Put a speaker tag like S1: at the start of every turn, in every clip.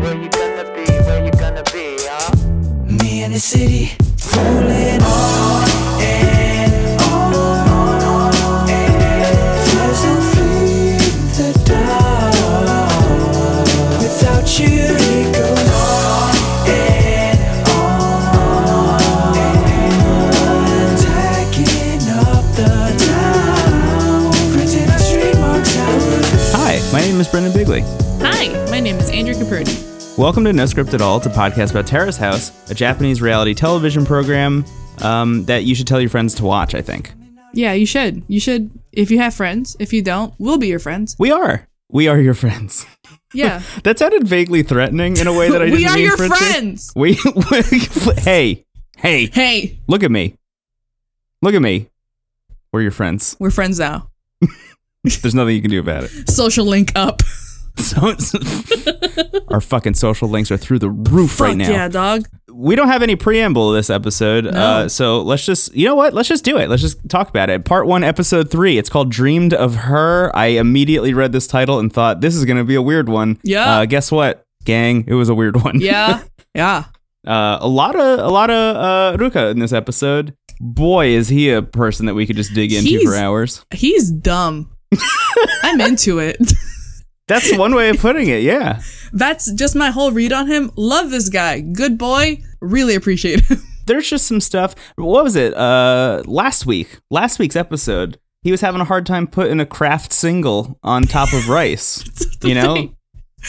S1: where you gonna be, where you gonna be, huh?
S2: Me in the city, falling on and on and frozen through the dark. Without you, it goes on and on and taking up the town, printing our street marks out.
S3: Hi, my name is Brendan Bigley.
S4: Hi, my name is Andrew Caproni.
S3: Welcome to No Script at All, it's a podcast about Terrace House, a Japanese reality television program um, that you should tell your friends to watch, I think.
S4: Yeah, you should. You should if you have friends. If you don't, we'll be your friends.
S3: We are. We are your friends.
S4: Yeah.
S3: That sounded vaguely threatening in a way that I didn't
S4: we are
S3: mean eh?
S4: your
S3: for it to.
S4: friends.
S3: We, we hey, hey,
S4: Hey,
S3: look at me. Look at me. We're your friends.
S4: we're friends now.
S3: There's nothing you can do about it.
S4: Social link up.
S3: So, our fucking social links are through the roof right
S4: Fuck
S3: now.
S4: yeah, dog.
S3: we don't have any preamble this episode, uh, so let's just you know what? Let's just do it. Let's just talk about it. Part one, episode three. It's called "Dreamed of Her." I immediately read this title and thought this is going to be a weird one.
S4: Yeah.
S3: Uh, guess what, gang? It was a weird one.
S4: Yeah. yeah.
S3: Uh, a lot of a lot of uh, Ruka in this episode. Boy, is he a person that we could just dig into
S4: He's-
S3: for hours.
S4: He's dumb. I'm into it.
S3: That's one way of putting it. Yeah.
S4: That's just my whole read on him. Love this guy. Good boy. Really appreciate him.
S3: there's just some stuff. What was it? Uh, last week, last week's episode, he was having a hard time putting a craft single on top of rice. you know.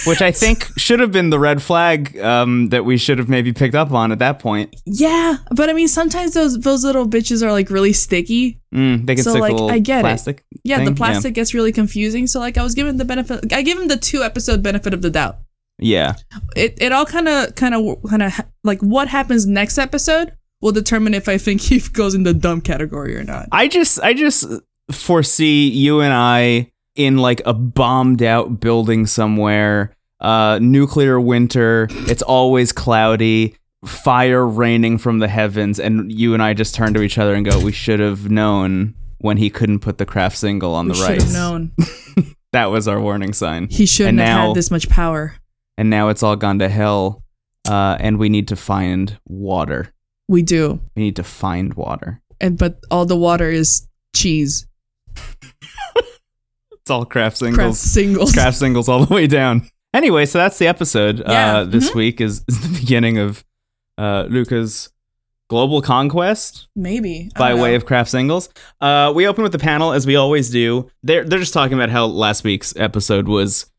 S3: Which I think should have been the red flag um, that we should have maybe picked up on at that point.
S4: Yeah, but I mean, sometimes those those little bitches are like really sticky.
S3: Mm, they can
S4: So,
S3: stick
S4: like,
S3: a little
S4: I get it.
S3: plastic.
S4: Yeah,
S3: thing.
S4: the plastic gets really confusing. So like, I was given the benefit. I give him the two episode benefit of the doubt.
S3: Yeah.
S4: It it all kind of kind of kind of like what happens next episode will determine if I think he goes in the dumb category or not.
S3: I just I just foresee you and I in like a bombed out building somewhere, uh nuclear winter, it's always cloudy, fire raining from the heavens and you and I just turn to each other and go, "We should have known when he couldn't put the craft single on
S4: We
S3: the
S4: should
S3: rice."
S4: have known.
S3: That was our warning sign.
S4: He shouldn't
S3: And
S4: have
S3: now-
S4: had this much power.
S3: And now it's all gone to hell. Uh, and we need to find water.
S4: We do,
S3: We need to find water.
S4: and but all the water is cheese.
S3: It's all craft singles.
S4: Craft singles.
S3: craft singles all the way down. Anyway, so that's the episode.
S4: Yeah. mm-hmm.
S3: Uh, this week is, is the beginning of uh, Luca's global conquest
S4: Maybe I
S3: by
S4: don't
S3: way
S4: know.
S3: of craft singles. Uh, we open with the panel as we always do. They're they're just talking about how last week's episode was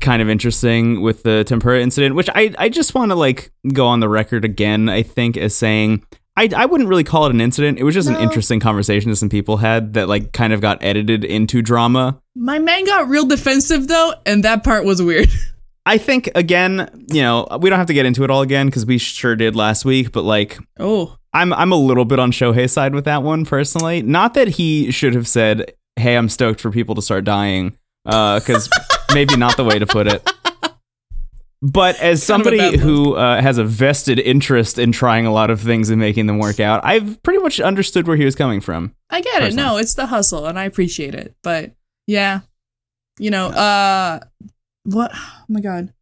S3: kind of interesting with the tempura incident, which I I just want to like go on the record again. I think as saying. I, I wouldn't really call it an incident. It was just an interesting conversation that some people had that like kind of got edited into drama.
S4: my man got real defensive though, and that part was weird.
S3: I think again, you know, we don't have to get into it all again because we sure did last week. But like,
S4: oh,
S3: I'm I'm a little bit on Shohei's side with that one personally. Not that he should have said, "Hey, I'm stoked for people to start dying," because maybe not the way to put it. But as
S4: Kind of a
S3: somebody
S4: bad
S3: who uh, has a vested interest in trying a lot of things and making them work out, I've pretty much understood where he was coming from.
S4: I get it.
S3: personally.
S4: No, it's the hustle, and I appreciate it. But yeah, you know, uh, what? Oh my God,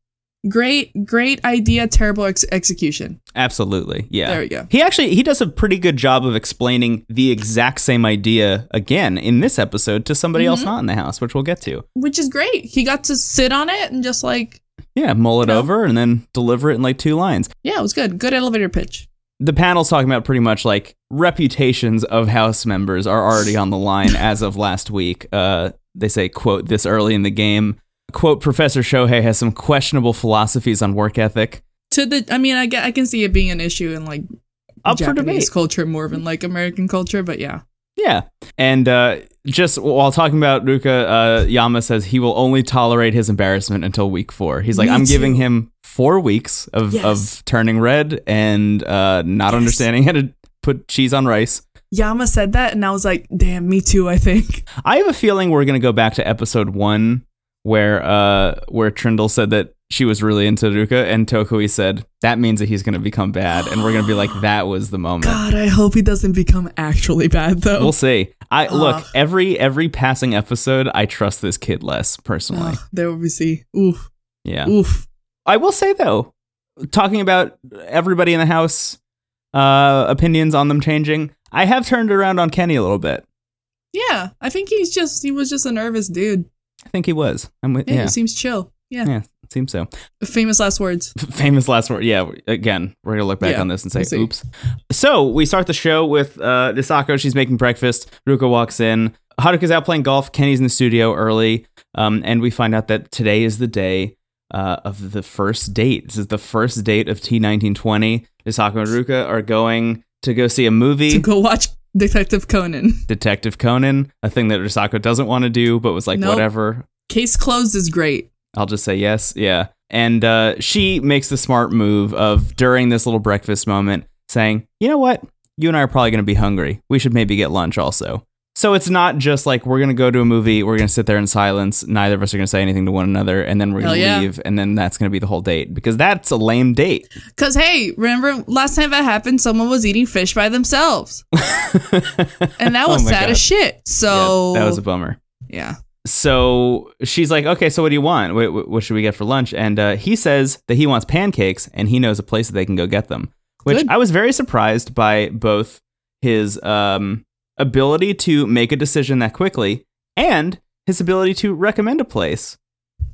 S4: great, great idea, terrible ex- execution.
S3: Absolutely, yeah.
S4: There we go.
S3: He actually he does a pretty good job of explaining the exact same idea again in this episode to somebody else not in the house, which we'll get to.
S4: Which is great. He got to sit on it and just like,
S3: Yeah, mull it
S4: Yeah.
S3: over and then deliver it in like two lines.
S4: yeah, it was good. Good elevator pitch.
S3: The panel's talking about pretty much like reputations of house members are already on the line as of last week. Uh, they say, quote, this early in the game, quote, Professor Shohei has some questionable philosophies on work ethic.
S4: To the, I mean, I, get, I can see it being an issue in like
S3: Up for debate.
S4: Japanese culture more than like American culture, but yeah,
S3: Yeah. And uh, just while talking about Ruka, uh, Yama says he will only tolerate his embarrassment until week four. He's like,
S4: Me
S3: I'm
S4: too.
S3: giving him four weeks of,
S4: Yes.
S3: of turning red and uh, not understanding how to put cheese on rice.
S4: Yama said that, and I was like, damn, me too. I think.
S3: I have a feeling we're going to go back to episode one where uh, where Trindle said that she was really into Ruka and Tokui said, that means that he's going to become bad. And we're going to be like, that was the moment.
S4: God, I hope he doesn't become actually bad though.
S3: We'll see. I
S4: Ugh.
S3: look every every passing episode. I trust this kid less personally.
S4: Ugh, there we see. Oof.
S3: Yeah.
S4: Oof.
S3: I will say though, talking about everybody in the house, uh, opinions on them changing. I have turned around on Kenny a little bit.
S4: Yeah, I think he's just he was just a nervous dude.
S3: I think he was. I'm with
S4: Yeah,
S3: yeah.
S4: he seems chill. Yeah.
S3: Yeah, seems so.
S4: Famous last words.
S3: Famous last word. Yeah, we- again, we're gonna look back
S4: Yeah,
S3: on this and
S4: we'll
S3: say,
S4: see.
S3: "Oops." So we start the show with uh, Nisako. She's making breakfast. Ruka walks in. Haruka's out playing golf. Kenny's in the studio early, um, and we find out that today is the day uh, of the first date. This is the first date of T nineteen twenty. Nisako and Ruka are going to go see a movie,
S4: To go watch Detective Conan.
S3: Detective Conan, a thing that Nisako doesn't want to do, but was like,
S4: Nope.
S3: "Whatever,
S4: Case closed is great.
S3: I'll just say yes. Yeah. And uh, she makes the smart move of during this little breakfast moment saying, you know what? You and I are probably going to be hungry. We should maybe get lunch also. So it's not just like we're going to go to a movie, we're going to sit there in silence, neither of us are going to say anything to one another, and then we're
S4: Hell
S3: going to
S4: yeah.
S3: leave, and then that's going to be the whole date because that's a lame date.
S4: Cause hey, remember last time that happened, someone was eating fish by themselves, and that
S3: Oh
S4: was
S3: my
S4: sad
S3: God.
S4: as shit. So
S3: Yeah, that was a bummer.
S4: yeah.
S3: so she's like, okay, so what do you want? What, what- what should we get for lunch? And uh, he says that he wants pancakes and he knows a place that they can go get them, which
S4: Good.
S3: I was very surprised by both his um, ability to make a decision that quickly and his ability to recommend a place.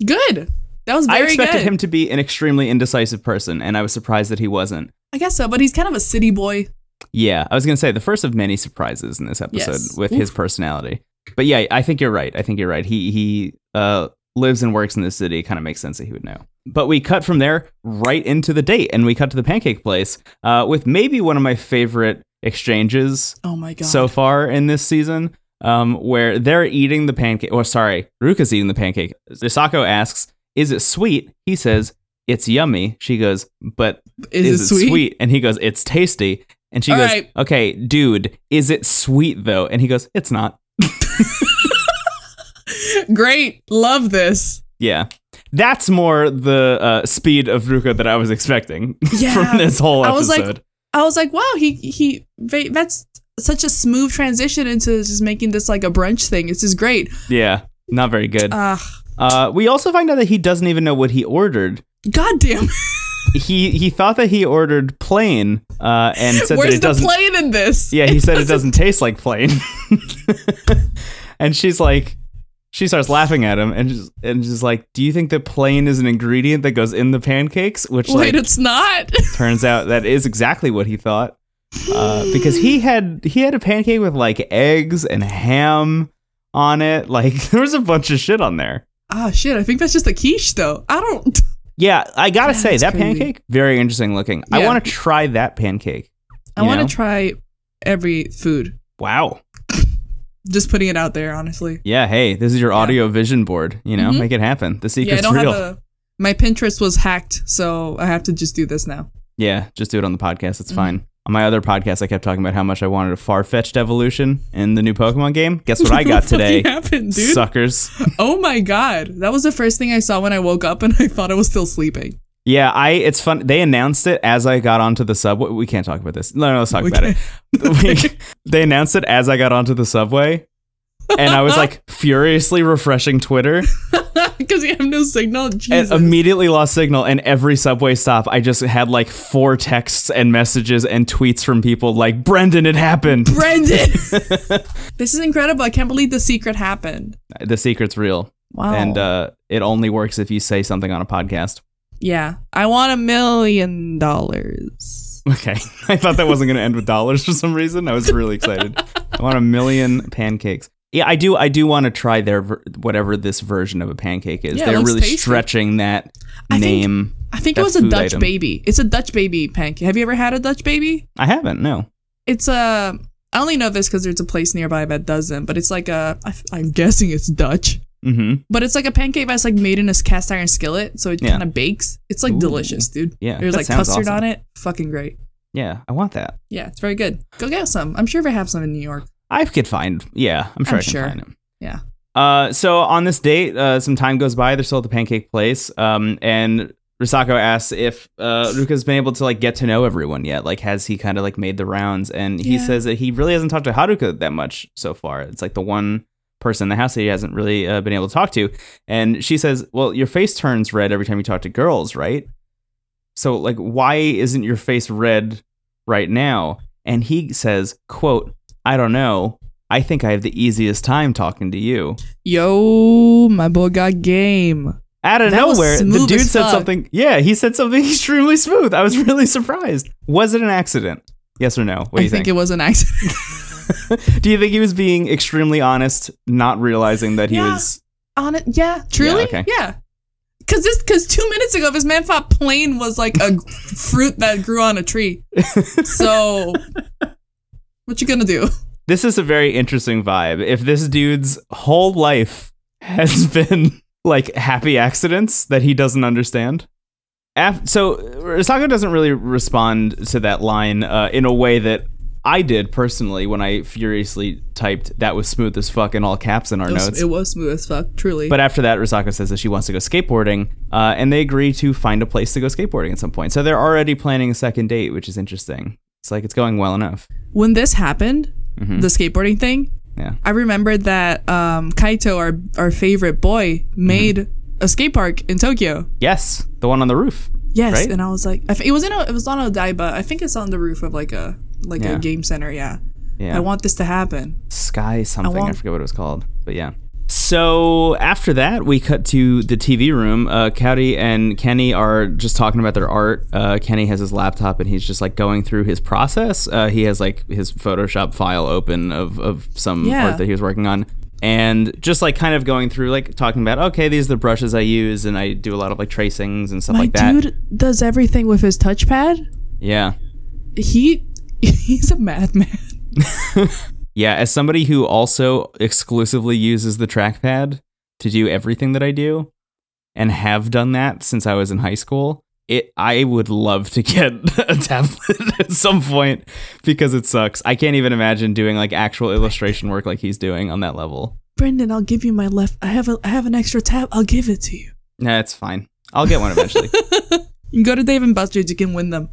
S4: Good. That was
S3: I
S4: very
S3: expected
S4: good.
S3: him to be an extremely indecisive person and I was surprised that he wasn't.
S4: I guess so, but he's kind of a city boy.
S3: Yeah, I was going to say the first of many surprises in this episode
S4: Yes.
S3: with his personality. But yeah, I think you're right. I think you're right. He he uh, lives and works in the city. It kind of makes sense that he would know. But we cut from there right into the date, and we cut to the pancake place uh, with maybe one of my favorite exchanges
S4: Oh my god.
S3: so far in this season, um, where they're eating the pancake. Or sorry, Ruka's eating the pancake. Sako asks, "Is it sweet?" He says, "It's yummy." She goes, "But
S4: is, it sweet?
S3: And he goes, it's tasty. And she
S4: All
S3: goes,
S4: right.
S3: okay, dude, is it sweet though? And he goes, it's not.
S4: Great. Love this.
S3: Yeah. That's more the uh, speed of Ruka that I was expecting
S4: Yeah.
S3: from this whole
S4: I
S3: episode.
S4: was like- I was like, wow, he he va- that's such a smooth transition into just making this like a brunch thing. This is great.
S3: yeah, not very good.
S4: Ah,
S3: Uh, we also find out that he doesn't even know what he ordered.
S4: goddamn.
S3: He he thought that he ordered plain uh, and said that
S4: Where's
S3: it
S4: the
S3: doesn't.
S4: plane in this?
S3: Yeah, he said it doesn't taste like plain. and she's like, she starts laughing at him and just, and she's like, do you think that plain is an ingredient that goes in the pancakes? Which
S4: Wait,
S3: like,
S4: it's not.
S3: turns out that is exactly what he thought. Uh, because he had he had a pancake with like eggs and ham on it. Like there was a bunch of shit on there.
S4: ah, shit. I think that's just a quiche, though. I don't.
S3: Yeah, I gotta say
S4: That's
S3: that
S4: crazy.
S3: pancake very interesting looking. I
S4: Yeah.
S3: want to try that pancake.
S4: I
S3: You know?
S4: want to try every food.
S3: Wow.
S4: Just putting it out there, honestly.
S3: Yeah. Mm-hmm. Hey, this is your audio vision board. You know, make it happen. The
S4: Yeah, I
S3: secret's
S4: don't
S3: real.
S4: have a. My Pinterest was hacked, so I have to just do this now.
S3: Yeah, just do it on the podcast.
S4: Mm.
S3: It's fine. On my other podcast, I kept talking about how much I wanted a far fetched evolution in the new Pokemon game. Guess what I got
S4: What
S3: today,
S4: happened, dude?
S3: suckers?
S4: Oh my god, that was the first thing I saw when I woke up, and I thought I was still sleeping.
S3: Yeah, I. It's fun. They announced it as I got onto the subway. We can't talk about this. No, no, let's talk
S4: We
S3: about it. We- they announced it as I got onto the subway, and I was like furiously refreshing Twitter,
S4: Because you have no signal. Jesus.
S3: and um, immediately lost signal. And every subway stop, I just had like four texts and messages and tweets from people like, "Brendan, it happened."
S4: Brendan! this is incredible. I can't believe the secret happened.
S3: the secret's real.
S4: Wow.
S3: and uh, it only works if you say something on a podcast.
S4: yeah, I want a million dollars.
S3: Okay, I thought that wasn't going to end with dollars for some reason. I was really excited. I want a million pancakes. Yeah, I do. I do want to try their ver- whatever this version of a pancake is.
S4: Yeah, it
S3: They're
S4: looks
S3: really
S4: tasty.
S3: stretching that
S4: I think-
S3: name.
S4: I think
S3: That
S4: it was a
S3: food
S4: Dutch
S3: item.
S4: baby. It's a Dutch baby pancake. Have you ever had a Dutch baby?
S3: I haven't. No.
S4: It's a. I only know this because there's a place nearby that does them, but it's like a. I, I'm guessing it's Dutch,
S3: hmm
S4: but it's like a pancake that's like made in a cast iron skillet, so it
S3: Yeah.
S4: kind of bakes. It's like
S3: Ooh.
S4: delicious, dude.
S3: Yeah,
S4: there's
S3: that
S4: like
S3: sounds
S4: custard
S3: awesome.
S4: on it. Fucking great.
S3: Yeah, I want that.
S4: Yeah, it's very good. Go get some. I'm sure they have some in New York.
S3: I could find. Yeah, I'm sure
S4: I'm
S3: I can
S4: sure.
S3: find them.
S4: Yeah.
S3: Uh, so on this date, uh, some time goes by. They're still at the pancake place. Um, and Risako asks if uh, Ruka's been able to like get to know everyone yet. Like, has he kind of like made the rounds? And he
S4: Yeah.
S3: says that he really hasn't talked to Haruka that much so far. It's like the one person in the house that he hasn't really uh, been able to talk to. And she says, "Well, your face turns red every time you talk to girls, right? So like why isn't your face red right now?" And he says, "Quote, I don't know. I think I have the easiest time talking to you."
S4: Yo, my boy got game.
S3: Out of
S4: That was
S3: nowhere, the
S4: smooth
S3: dude
S4: as
S3: said
S4: fuck.
S3: something. Yeah, he said something extremely smooth. I was really surprised. Was it an accident? Yes or no? What do
S4: I
S3: you think?
S4: think it was an accident.
S3: Do you think he was being extremely honest, not realizing that he
S4: Yeah.
S3: was?
S4: On it, yeah, truly,
S3: okay.
S4: yeah. Cause this, cause two minutes ago, this man thought plane was like a fruit that grew on a tree. So, what you gonna do?
S3: This is a very interesting vibe. If this dude's whole life has been like happy accidents that he doesn't understand. Af- so Risako doesn't really respond to that line uh, in a way that I did personally when I furiously typed "that was smooth as fuck" in all caps in our
S4: It was,
S3: notes.
S4: it was smooth as fuck, truly.
S3: But after that, Risako says that she wants to go skateboarding, uh, and they agree to find a place to go skateboarding at some point. So they're already planning a second date, which is interesting. It's like it's going well enough.
S4: when this happened,
S3: Mm-hmm.
S4: the skateboarding thing,
S3: Yeah.
S4: I remembered that um, Kaito, our our favorite boy,
S3: Mm-hmm.
S4: made a skate park in Tokyo.
S3: Yes, the one on the roof.
S4: Yes,
S3: Right?
S4: and I was like, I f- it was in a, it was on Odaiba. I think it's on the roof of like a like
S3: Yeah.
S4: a game center. Yeah.
S3: Yeah.
S4: I want this to happen.
S3: Sky something. I,
S4: want-
S3: forget what it was called, but yeah. So after that, we cut to the TV room. Uh, Cowdy and Kenny are just talking about their art. Uh, Kenny has his laptop and he's just like going through his process. Uh, he has like his Photoshop file open of, of some
S4: Yeah.
S3: art that he was working on. And just like kind of going through, like talking about, okay, these are the brushes I use, and I do a lot of like tracings and stuff like that.
S4: dude does everything with his touchpad.
S3: Yeah.
S4: He he's a madman.
S3: Yeah, as somebody who also exclusively uses the trackpad to do everything that I do and have done that since I was in high school, it I would love to get a tablet at some point because it sucks. I can't even imagine doing like actual illustration work like he's doing on that level.
S4: Brendan, I'll give you my left. I have a I have an extra tab. I'll give it to you.
S3: Nah, it's fine. I'll get one eventually.
S4: You can go to Dave and Buster's. You can win them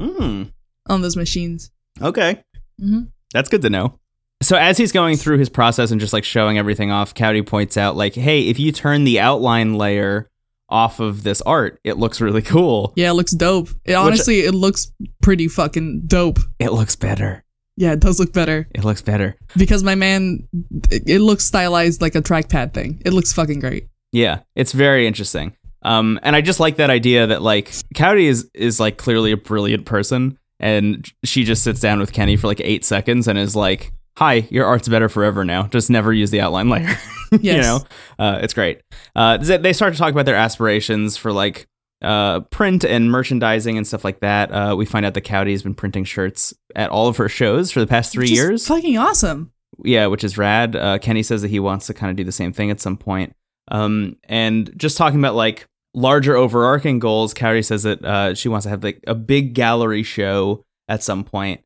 S3: Hmm.
S4: on those machines.
S3: Okay.
S4: Mhm.
S3: That's good to know. So as he's going through his process and just like showing everything off, Cowdy points out like, "Hey, if you turn the outline layer off of this art, it looks really cool.
S4: Yeah, it looks dope. It, honestly, it looks pretty fucking dope.
S3: It looks better.
S4: Yeah, it does look better
S3: It looks better."
S4: because my man, it, it looks stylized like a trackpad thing. It looks fucking great.
S3: Yeah, it's very interesting. Um, and I just like that idea that like Cowdy is is like clearly a brilliant person, and she just sits down with Kenny for like eight seconds and is like, "Hi, your art's better forever now. Just never use the outline layer." you
S4: Yes.
S3: know, uh, it's great. Uh, they they start to talk about their aspirations for like uh, print and merchandising and stuff like that. Uh, we find out that Cowdy's been printing shirts at all of her shows for the past three
S4: Which is
S3: years
S4: Fucking awesome.
S3: yeah, which is rad. Uh, Kenny says that he wants to kind of do the same thing at some point. Um, and just talking about like larger overarching goals, Cowrie says that uh, she wants to have like a big gallery show at some point,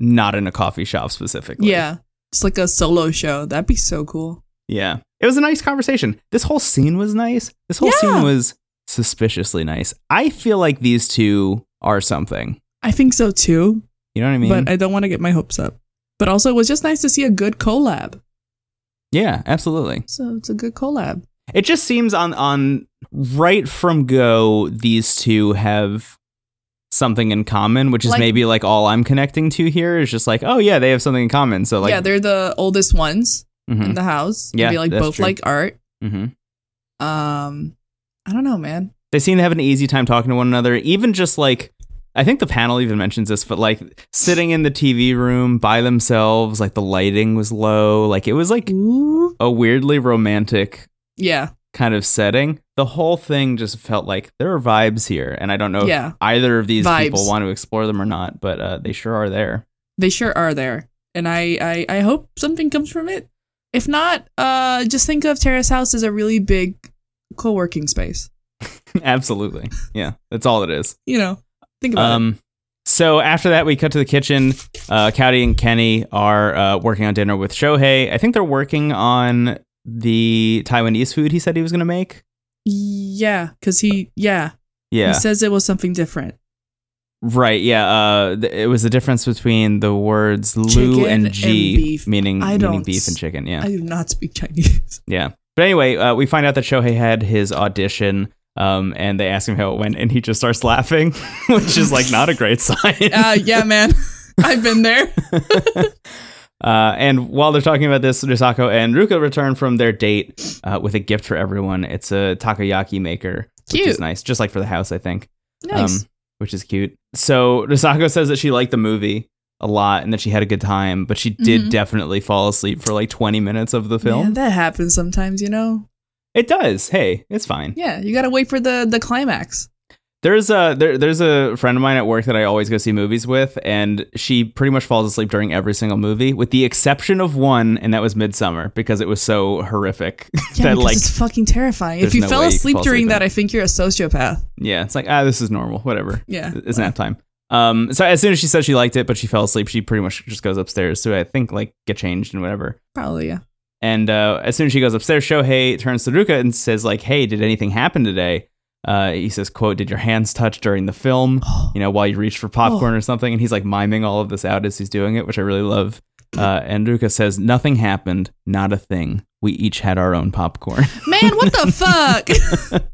S3: not in a coffee shop specifically.
S4: Yeah, it's like a solo show. That'd be so cool.
S3: yeah. It was a nice conversation. This whole scene was nice. This whole
S4: Yeah.
S3: scene was suspiciously nice. I feel like these two are something.
S4: I think so too,
S3: You know what I mean?
S4: but I don't want to get my hopes up. But also, it was just nice to see a good collab.
S3: yeah, absolutely.
S4: So it's a good collab.
S3: It just seems on on right from go these two have something in common, which is
S4: Like-
S3: maybe like all I'm connecting to here is just like, oh yeah, they have something in common. So like,
S4: yeah, they're the oldest ones
S3: mhm,
S4: in the house.
S3: Yeah,
S4: they like
S3: that's
S4: both
S3: true.
S4: like art.
S3: mhm.
S4: Um, I don't know, man.
S3: they seem to have an easy time talking to one another. Even just like, I think the panel even mentions this, but like sitting in the TV room by themselves, like the lighting was low, like it was like
S4: Ooh,
S3: a weirdly romantic
S4: yeah,
S3: kind of setting. The whole thing just felt like there are vibes here, and I don't know if
S4: yeah.
S3: either of these
S4: Vibes.
S3: people want to explore them or not, but uh, they sure are there.
S4: they sure are there and I, I i hope something comes from it if not uh just think of terrace house as a really big co-working space
S3: Absolutely. Yeah, that's all it is.
S4: you know think about
S3: Um, so after that, we cut to the kitchen. Uh, Cowdy and Kenny are uh, working on dinner with Shohei. I think they're working on the Taiwanese food he said he was going to make.
S4: it yeah because he yeah,
S3: Yeah.
S4: he says it was something different
S3: Right. Yeah. Uh, th- it was the difference between the words
S4: Chicken
S3: "lu" and
S4: and
S3: "g,"
S4: beef.
S3: meaning
S4: I
S3: meaning
S4: don't
S3: beef
S4: s-
S3: and chicken. Yeah.
S4: I do not speak Chinese.
S3: yeah. But anyway, uh, we find out that Shohei had his audition. Um, and they ask him how it went, and he just starts laughing, which is like not a great sign.
S4: Uh, yeah, man. I've been there.
S3: Uh, and while they're talking about this, Risako and Ruka return from their date uh, with a gift for everyone. It's a takoyaki maker, which is
S4: Cute.
S3: nice, just like for the house, I think. Um,
S4: Nice.
S3: which is cute. So Risako says that she liked the movie a lot and that she had a good time, but she did
S4: Mhm.
S3: definitely fall asleep for like 20 minutes of the film.
S4: Man, that happens sometimes, you know.
S3: it does. Hey, it's fine.
S4: Yeah, you gotta wait for the the climax.
S3: There's a there, there's a friend of mine at work that I always go see movies with, and she pretty much falls asleep during every single movie, with the exception of one, and that was Midsummer because it was so horrific
S4: Yeah,
S3: that
S4: because
S3: like
S4: it's fucking terrifying. If
S3: there's
S4: you
S3: no
S4: fell
S3: way you could
S4: asleep
S3: fall asleep
S4: during
S3: in
S4: that,
S3: it.
S4: I think you're a sociopath.
S3: yeah, it's like ah, this is normal, whatever.
S4: Yeah.
S3: it's nap time. Um, so as soon as she said she liked it, but she fell asleep, she pretty much just goes upstairs to I think like get changed and whatever.
S4: Probably, yeah.
S3: And uh, as soon as she goes upstairs, Shohei turns to Ruka and says like, "Hey, did anything happen today?" Uh, he says, "Quote: Did your hands touch during the film? You know, while you reached for
S4: Oh.
S3: popcorn or something?" And he's like miming all of this out as he's doing it, which I really love. Uh, and Ruka says, "Nothing happened. Not a thing. We each had our own popcorn."
S4: Man, what the fuck?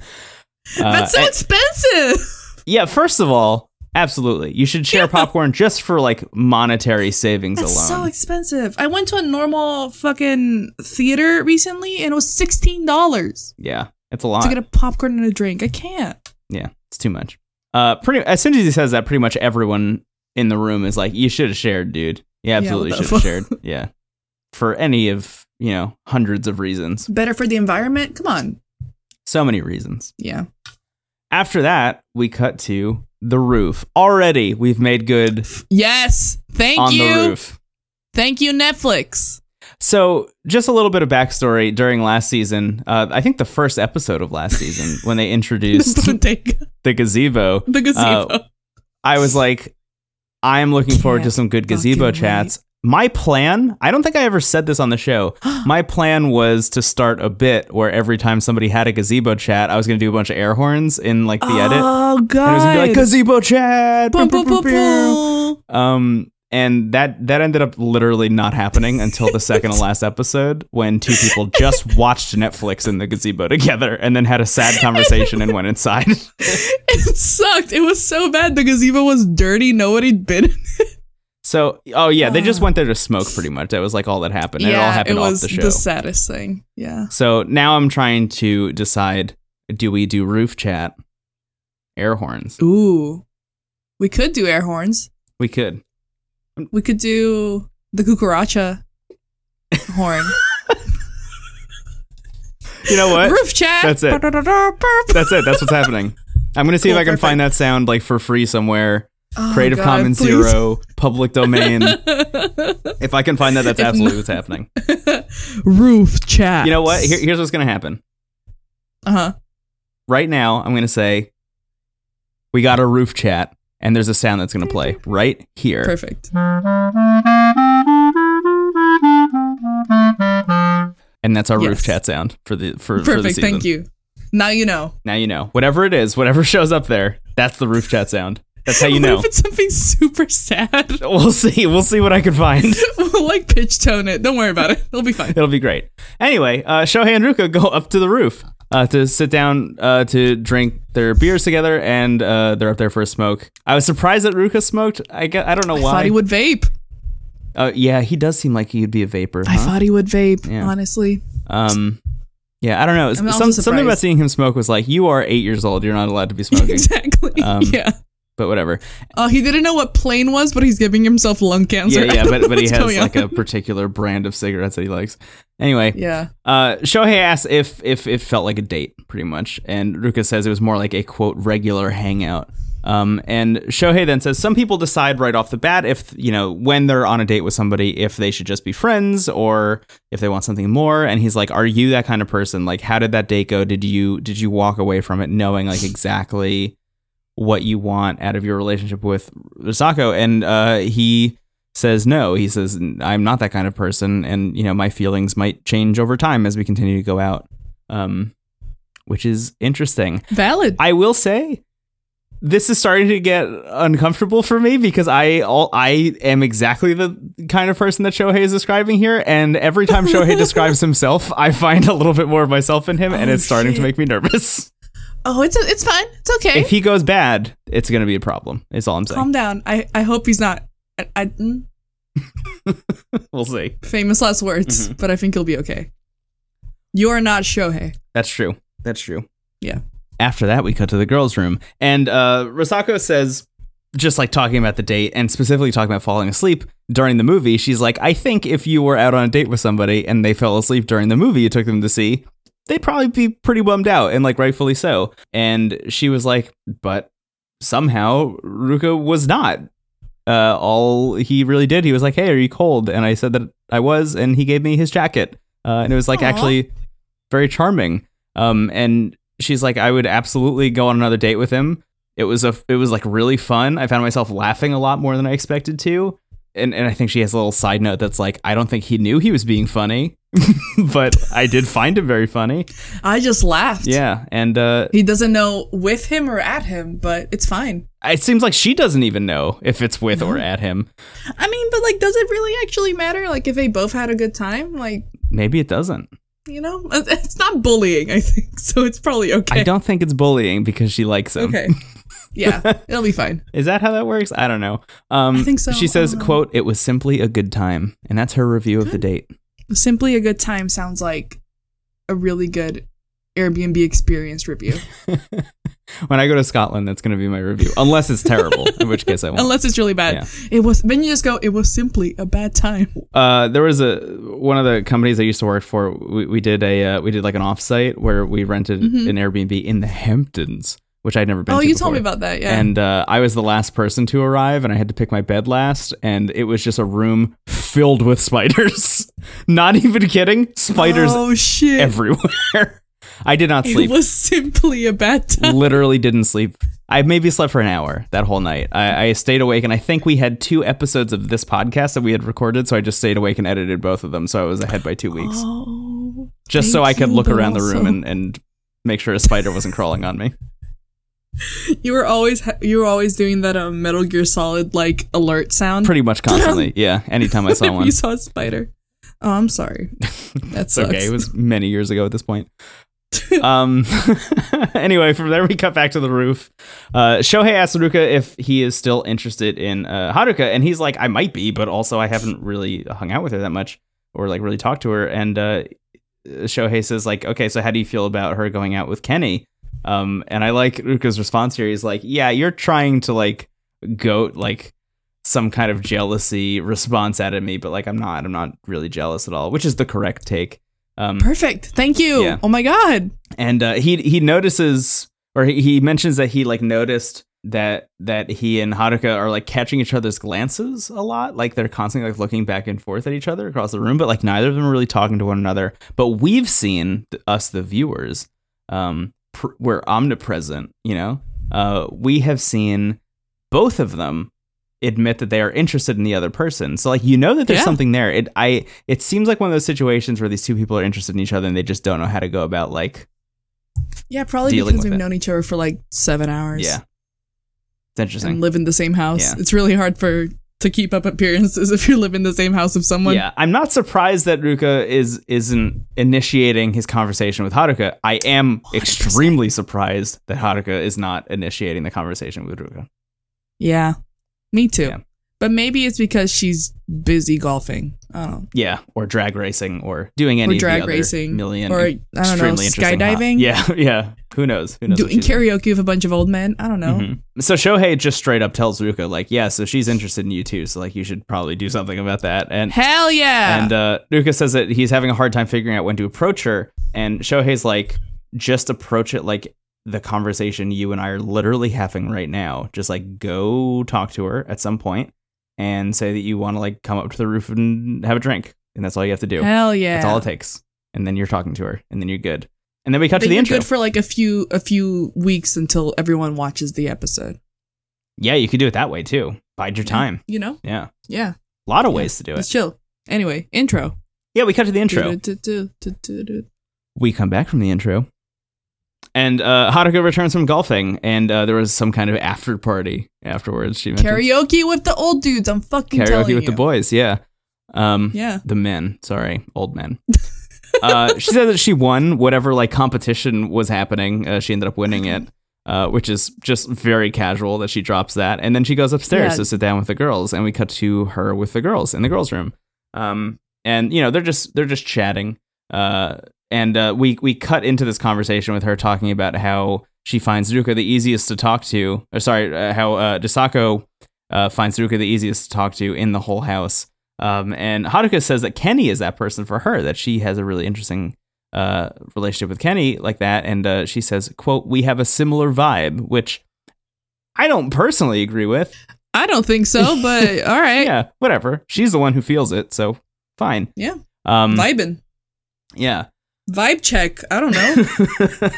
S3: Uh,
S4: That's so
S3: and-
S4: expensive.
S3: yeah. First of all, absolutely, you should share popcorn just for like monetary savings
S4: That's so
S3: alone.
S4: expensive. I went to a normal fucking theater recently and it was sixteen dollars
S3: yeah, it's a lot.
S4: to get a popcorn and a drink. I can't.
S3: Yeah, it's too much. Uh, pretty as soon as he says that, pretty much everyone in the room is like, "You should have shared, dude. Yeah,
S4: what
S3: absolutely
S4: the
S3: should have
S4: fuck?"
S3: shared. Yeah, for any of you know hundreds of reasons,
S4: Better for the environment. Come on.
S3: so many reasons."
S4: Yeah.
S3: After that, we cut to the roof. Already, we've made good
S4: Yes. Thank
S3: on
S4: you.
S3: the roof.
S4: Thank you, Netflix.
S3: So, just a little bit of backstory during last season. Uh, I think the first episode of last season when they introduced
S4: Bodega-
S3: the gazebo.
S4: the gazebo.
S3: Uh, I was like, I am looking forward to
S4: Can't
S3: some good
S4: fucking
S3: gazebo
S4: wait.
S3: chats. My plan, I don't think I ever said this on the show. My plan was to start a bit where every time somebody had a gazebo chat, I was going to do a bunch of air horns in like the edit.
S4: Oh
S3: And it was
S4: god.
S3: going to be like, gazebo chat.
S4: Boom,
S3: pew, pew,
S4: boom, boom,
S3: pew, pew."
S4: boom.
S3: Um, and that, that ended up literally not happening until the second to last episode when two people just watched Netflix in the gazebo together and then had a sad conversation and went inside.
S4: It sucked. It was so bad. The gazebo was dirty. Nobody'd been in it.
S3: So, oh yeah, they just went there to smoke pretty much. That was like all that happened. and it all happened
S4: Uh. was
S3: off the show.
S4: saddest thing. Yeah.
S3: so now I'm trying to decide: do we do roof chat, air horns?
S4: Ooh. We could do air horns.
S3: We could.
S4: We could do the cucaracha horn.
S3: You know what?
S4: Roof chat.
S3: That's it.
S4: Ba-da-da-da-burp.
S3: That's it. That's what's happening. I'm gonna see if
S4: Cool,
S3: I can find that sound like for free somewhere.
S4: Oh,
S3: Creative
S4: God,
S3: Commons
S4: please.
S3: Zero, public domain. if I can find that, that's
S4: If
S3: absolutely
S4: not-
S3: what's happening.
S4: Roof chat.
S3: You know what? Here, here's what's gonna happen.
S4: uh huh.
S3: Right now, I'm gonna say we got a roof chat, and there's a sound that's gonna play right here.
S4: Perfect.
S3: and that's our roof
S4: Yes.
S3: chat sound for the for, for the
S4: Perfect.
S3: season.
S4: Thank you. Now you know.
S3: Now you know. Whatever it is, whatever shows up there, that's the roof chat sound. That's how you
S4: What
S3: know.
S4: If it's something super sad,
S3: We'll see. We'll see what I can find.
S4: we'll like pitch tone it. Don't worry about it. It'll be fine.
S3: It'll be great. Anyway, uh, Shohei and Ruka go up to the roof uh, to sit down uh, to drink their beers together, and uh, they're up there for a smoke. I was surprised that Ruka smoked. I gue- I don't know why.
S4: Thought he would vape.
S3: Uh, yeah, he does seem like he'd be a vapor.
S4: I
S3: huh?
S4: thought he would vape.
S3: Yeah.
S4: Honestly,
S3: um, yeah, I don't know.
S4: I'm also
S3: Some, something about
S4: surprised.
S3: seeing him smoke was like, you are eight years old. You're not allowed to be smoking.
S4: exactly.
S3: Um,
S4: yeah.
S3: but whatever.
S4: Oh, he didn't know what plane was, but he's giving himself lung cancer.
S3: Yeah, yeah,
S4: I don't
S3: but,
S4: know
S3: but he
S4: what's
S3: has
S4: going
S3: like
S4: on.
S3: a particular brand of cigarettes that he likes. Anyway,
S4: yeah.
S3: uh, Shohei asks if if it felt like a date, pretty much, and Ruka says it was more like a quote regular hangout. Um, and Shohei then says some people decide right off the bat if you know when they're on a date with somebody if they should just be friends or if they want something more. And he's like, "Are you that kind of person? Like, how did that date go? Did you did you walk away from it knowing like exactly?" what you want out of your relationship with Risako. And uh, he says no. He says I'm not that kind of person, and you know my feelings might change over time as we continue to go out, um, which is interesting.
S4: Valid.
S3: I will say, this is starting to get uncomfortable for me because I all I am exactly the kind of person that Shohei is describing here, and every time Shohei describes himself, I find a little bit more of myself in him, and
S4: Oh,
S3: it's starting
S4: shit.
S3: to make me nervous.
S4: Oh, it's it's fine. It's okay.
S3: If he goes bad, it's going to be a problem. Is all I'm saying.
S4: Calm down. I I hope he's not. I, I, mm,
S3: We'll see.
S4: famous last words,
S3: Mm-hmm.
S4: but I think he'll be okay. You're not Shohei.
S3: That's true. That's true.
S4: Yeah.
S3: After that, we cut to the girls' room, and uh, Rosako says, just like talking about the date and specifically talking about falling asleep during the movie, she's like, "I think if you were out on a date with somebody and they fell asleep during the movie you took them to see, they'd probably be pretty bummed out, and like rightfully so." And she was like, "But somehow Ruka was not." Uh, all he really did, he was like, "Hey, are you cold?" And I said that I was, and he gave me his jacket, uh, and it was like
S4: Aw.
S3: actually very charming. Um, and she's like, I would absolutely go on another date with him. It was a, it was like really fun. I found myself laughing a lot more than I expected to. And and I think she has a little side note that's like, I don't think he knew he was being funny, but I did find him very funny.
S4: I just laughed.
S3: Yeah, and uh,
S4: He doesn't know with him or at him, but it's fine.
S3: it seems like she doesn't even know if it's with or at him.
S4: I mean, but like, does it really actually matter? Like, if they both had a good time, like,
S3: Maybe it doesn't.
S4: you know, it's not bullying. I think so. It's probably okay.
S3: I don't think it's bullying because she likes him.
S4: okay. Yeah, it'll be fine.
S3: Is that how that works? I don't know. Um,
S4: I think so. Uh-huh.
S3: She
S4: I
S3: says,
S4: don't know.
S3: "quote It was simply a good time," and that's her review of the date.
S4: Simply a good time sounds like a really good Airbnb experience review,
S3: When I go to Scotland, that's going to be my review, unless it's terrible, in which case I won't.
S4: unless it's really bad.
S3: Yeah.
S4: It was. Then you just go. It was simply a bad time.
S3: Uh, there was a one of the companies I used to work for. We, we did a uh, we did like an offsite where we rented an Airbnb in the Hamptons, which I'd never been.
S4: Mm-hmm. Oh,
S3: to
S4: you told me
S3: before.
S4: about that. Yeah.
S3: And uh, I was the last person to arrive, and I had to pick my bed last, and it was just a room filled with spiders. Not even kidding, spiders
S4: oh shit!
S3: everywhere. I did not
S4: It
S3: sleep.
S4: was simply a bad time.
S3: literally didn't sleep. I maybe slept for an hour that whole night. I, I stayed awake, and I think we had two episodes of this podcast that we had recorded, so I just stayed awake and edited both of them. So I was ahead by two weeks,
S4: Oh,
S3: just so
S4: thank
S3: I could
S4: you,
S3: look
S4: but
S3: around the room
S4: also-
S3: and, and make sure a spider wasn't crawling on me.
S4: you were always you were always doing that um, Metal Gear Solid like alert sound.
S3: Pretty much constantly, yeah. Anytime I saw
S4: if
S3: one,
S4: you saw a spider. Oh, I'm sorry. That
S3: It's
S4: sucks.
S3: okay. It was many years ago at this point. um. anyway, from there we cut back to the roof. Uh, Shohei asks Ruka if he is still interested in uh, Haruka, and he's like, "I might be, but also I haven't really hung out with her that much, or like really talked to her." And uh, Shohei says, "Like, okay, so how do you feel about her going out with Kenny?" Um, and I like Ruka's response here. He's like, "Yeah, you're trying to like goat like." some kind of jealousy response out of me, but like I'm not, I'm not really jealous at all, which is the correct take. Um,
S4: Perfect. Thank you.
S3: Yeah.
S4: Oh my god.
S3: and uh, he he notices or he, he mentions that he like noticed that that he and Haruka are like catching each other's glances a lot, like they're constantly like looking back and forth at each other across the room, but like neither of them are really talking to one another. But we've seen th- us the viewers, um, pr- we're omnipresent, you know. Uh, we have seen both of them admit that they are interested in the other person. So like you know that there's
S4: Yeah.
S3: something there. It I it seems like one of those situations where these two people are interested in each other and they just don't know how to go about like
S4: Yeah, probably
S3: Dealing with
S4: because we've
S3: it.
S4: known each other for like seven hours.
S3: Yeah. It's
S4: And
S3: interesting.
S4: live in the same house.
S3: Yeah.
S4: It's really hard for to keep up appearances if you live in the same house with someone.
S3: Yeah, I'm not surprised that Ruka is isn't initiating his conversation with Haruka. I am
S4: 100%.
S3: extremely surprised that Haruka is not initiating the conversation with Ruka.
S4: Yeah. Me too.
S3: Yeah.
S4: But maybe it's because she's busy golfing. I don't know.
S3: Yeah, or drag racing, or doing any of the
S4: drag
S3: other
S4: racing,
S3: million,
S4: or, I don't know,
S3: extremely interesting hot-
S4: skydiving?
S3: Yeah, yeah. Who knows? Who knows? what
S4: Doing
S3: she's doing.
S4: karaoke with a bunch of old men. I don't know.
S3: Mhm. So Shohei just straight up tells Ruka, like, yeah, so she's interested in you too, so like you should probably do something about that. And
S4: Hell yeah.
S3: And uh, Ruka says that he's having a hard time figuring out when to approach her. And Shohei's like, just approach it like the conversation you and I are literally having right now. Just like go talk to her at some point and say that you want to like come up to the roof and have a drink. And that's all you have to do.
S4: Hell yeah.
S3: That's all it takes. And then you're talking to her and then you're good. And then we cut to
S4: Then
S3: the
S4: you're
S3: intro.
S4: good for like a few a few weeks until everyone watches the episode.
S3: yeah, you could do it that way too. Bide your time.
S4: You know?
S3: Yeah.
S4: Yeah.
S3: A lot of ways to do
S4: Let's
S3: it.
S4: chill. Anyway, intro.
S3: Yeah, we cut to the intro.
S4: Du-du-du-du-du-du-du.
S3: We come back from the intro And uh, Haruka returns from golfing, and uh, there was some kind of after party afterwards. She mentions.
S4: Karaoke with the old dudes. I'm fucking
S3: karaoke with
S4: telling
S3: the
S4: you.
S3: boys. Yeah. Um,
S4: Yeah.
S3: The men. Sorry, old men. uh, she said that she won whatever like competition was happening. Uh, she ended up winning it, uh, which is just very casual that she drops that, and then she goes upstairs
S4: Yeah.
S3: to sit down with the girls, and we cut to her with the girls in the girls' room. Um, and you know they're just they're just chatting. Uh, and uh, we we cut into this conversation with her talking about how she finds Ruka the easiest to talk to. Or sorry, uh, how uh, Dasako uh, finds Ruka the easiest to talk to in the whole house. Um, and Haruka says that Kenny is that person for her. That she has a really interesting uh, relationship with Kenny like that. And uh, she says, "quote We have a similar vibe," which I don't personally agree with.
S4: I don't think so, but all right.
S3: Yeah, whatever. She's the one who feels it, so fine.
S4: Yeah.
S3: Um,
S4: Vibing.
S3: yeah.
S4: Vibe check. I don't know.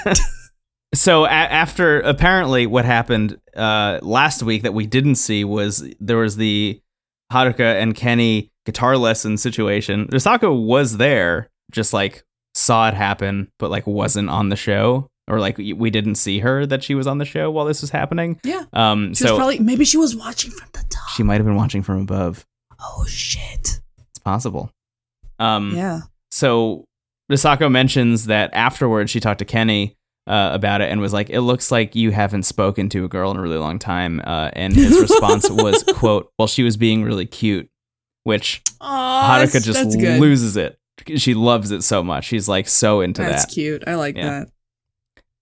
S3: so a- after apparently what happened uh, last week that we didn't see was there was the Haruka and Kenny guitar lesson situation. Risako was there, just like saw it happen, but like wasn't on the show, or like we we didn't see her that she was on the show while this was happening.
S4: Yeah.
S3: Um.
S4: She
S3: so
S4: was probably maybe she was watching from the top.
S3: she might have been watching from above.
S4: Oh shit.
S3: It's possible. Um.
S4: Yeah.
S3: so Misako mentions that afterwards she talked to Kenny uh, about it and was like, "It looks like you haven't spoken to a girl in a really long time." Uh, and his response was, "quote Well, she was being really cute," which
S4: Oh,
S3: Haruka
S4: that's,
S3: just
S4: that's good.
S3: loses it. She loves it so much. She's like so into
S4: That's
S3: that.
S4: cute. I like
S3: Yeah.
S4: that.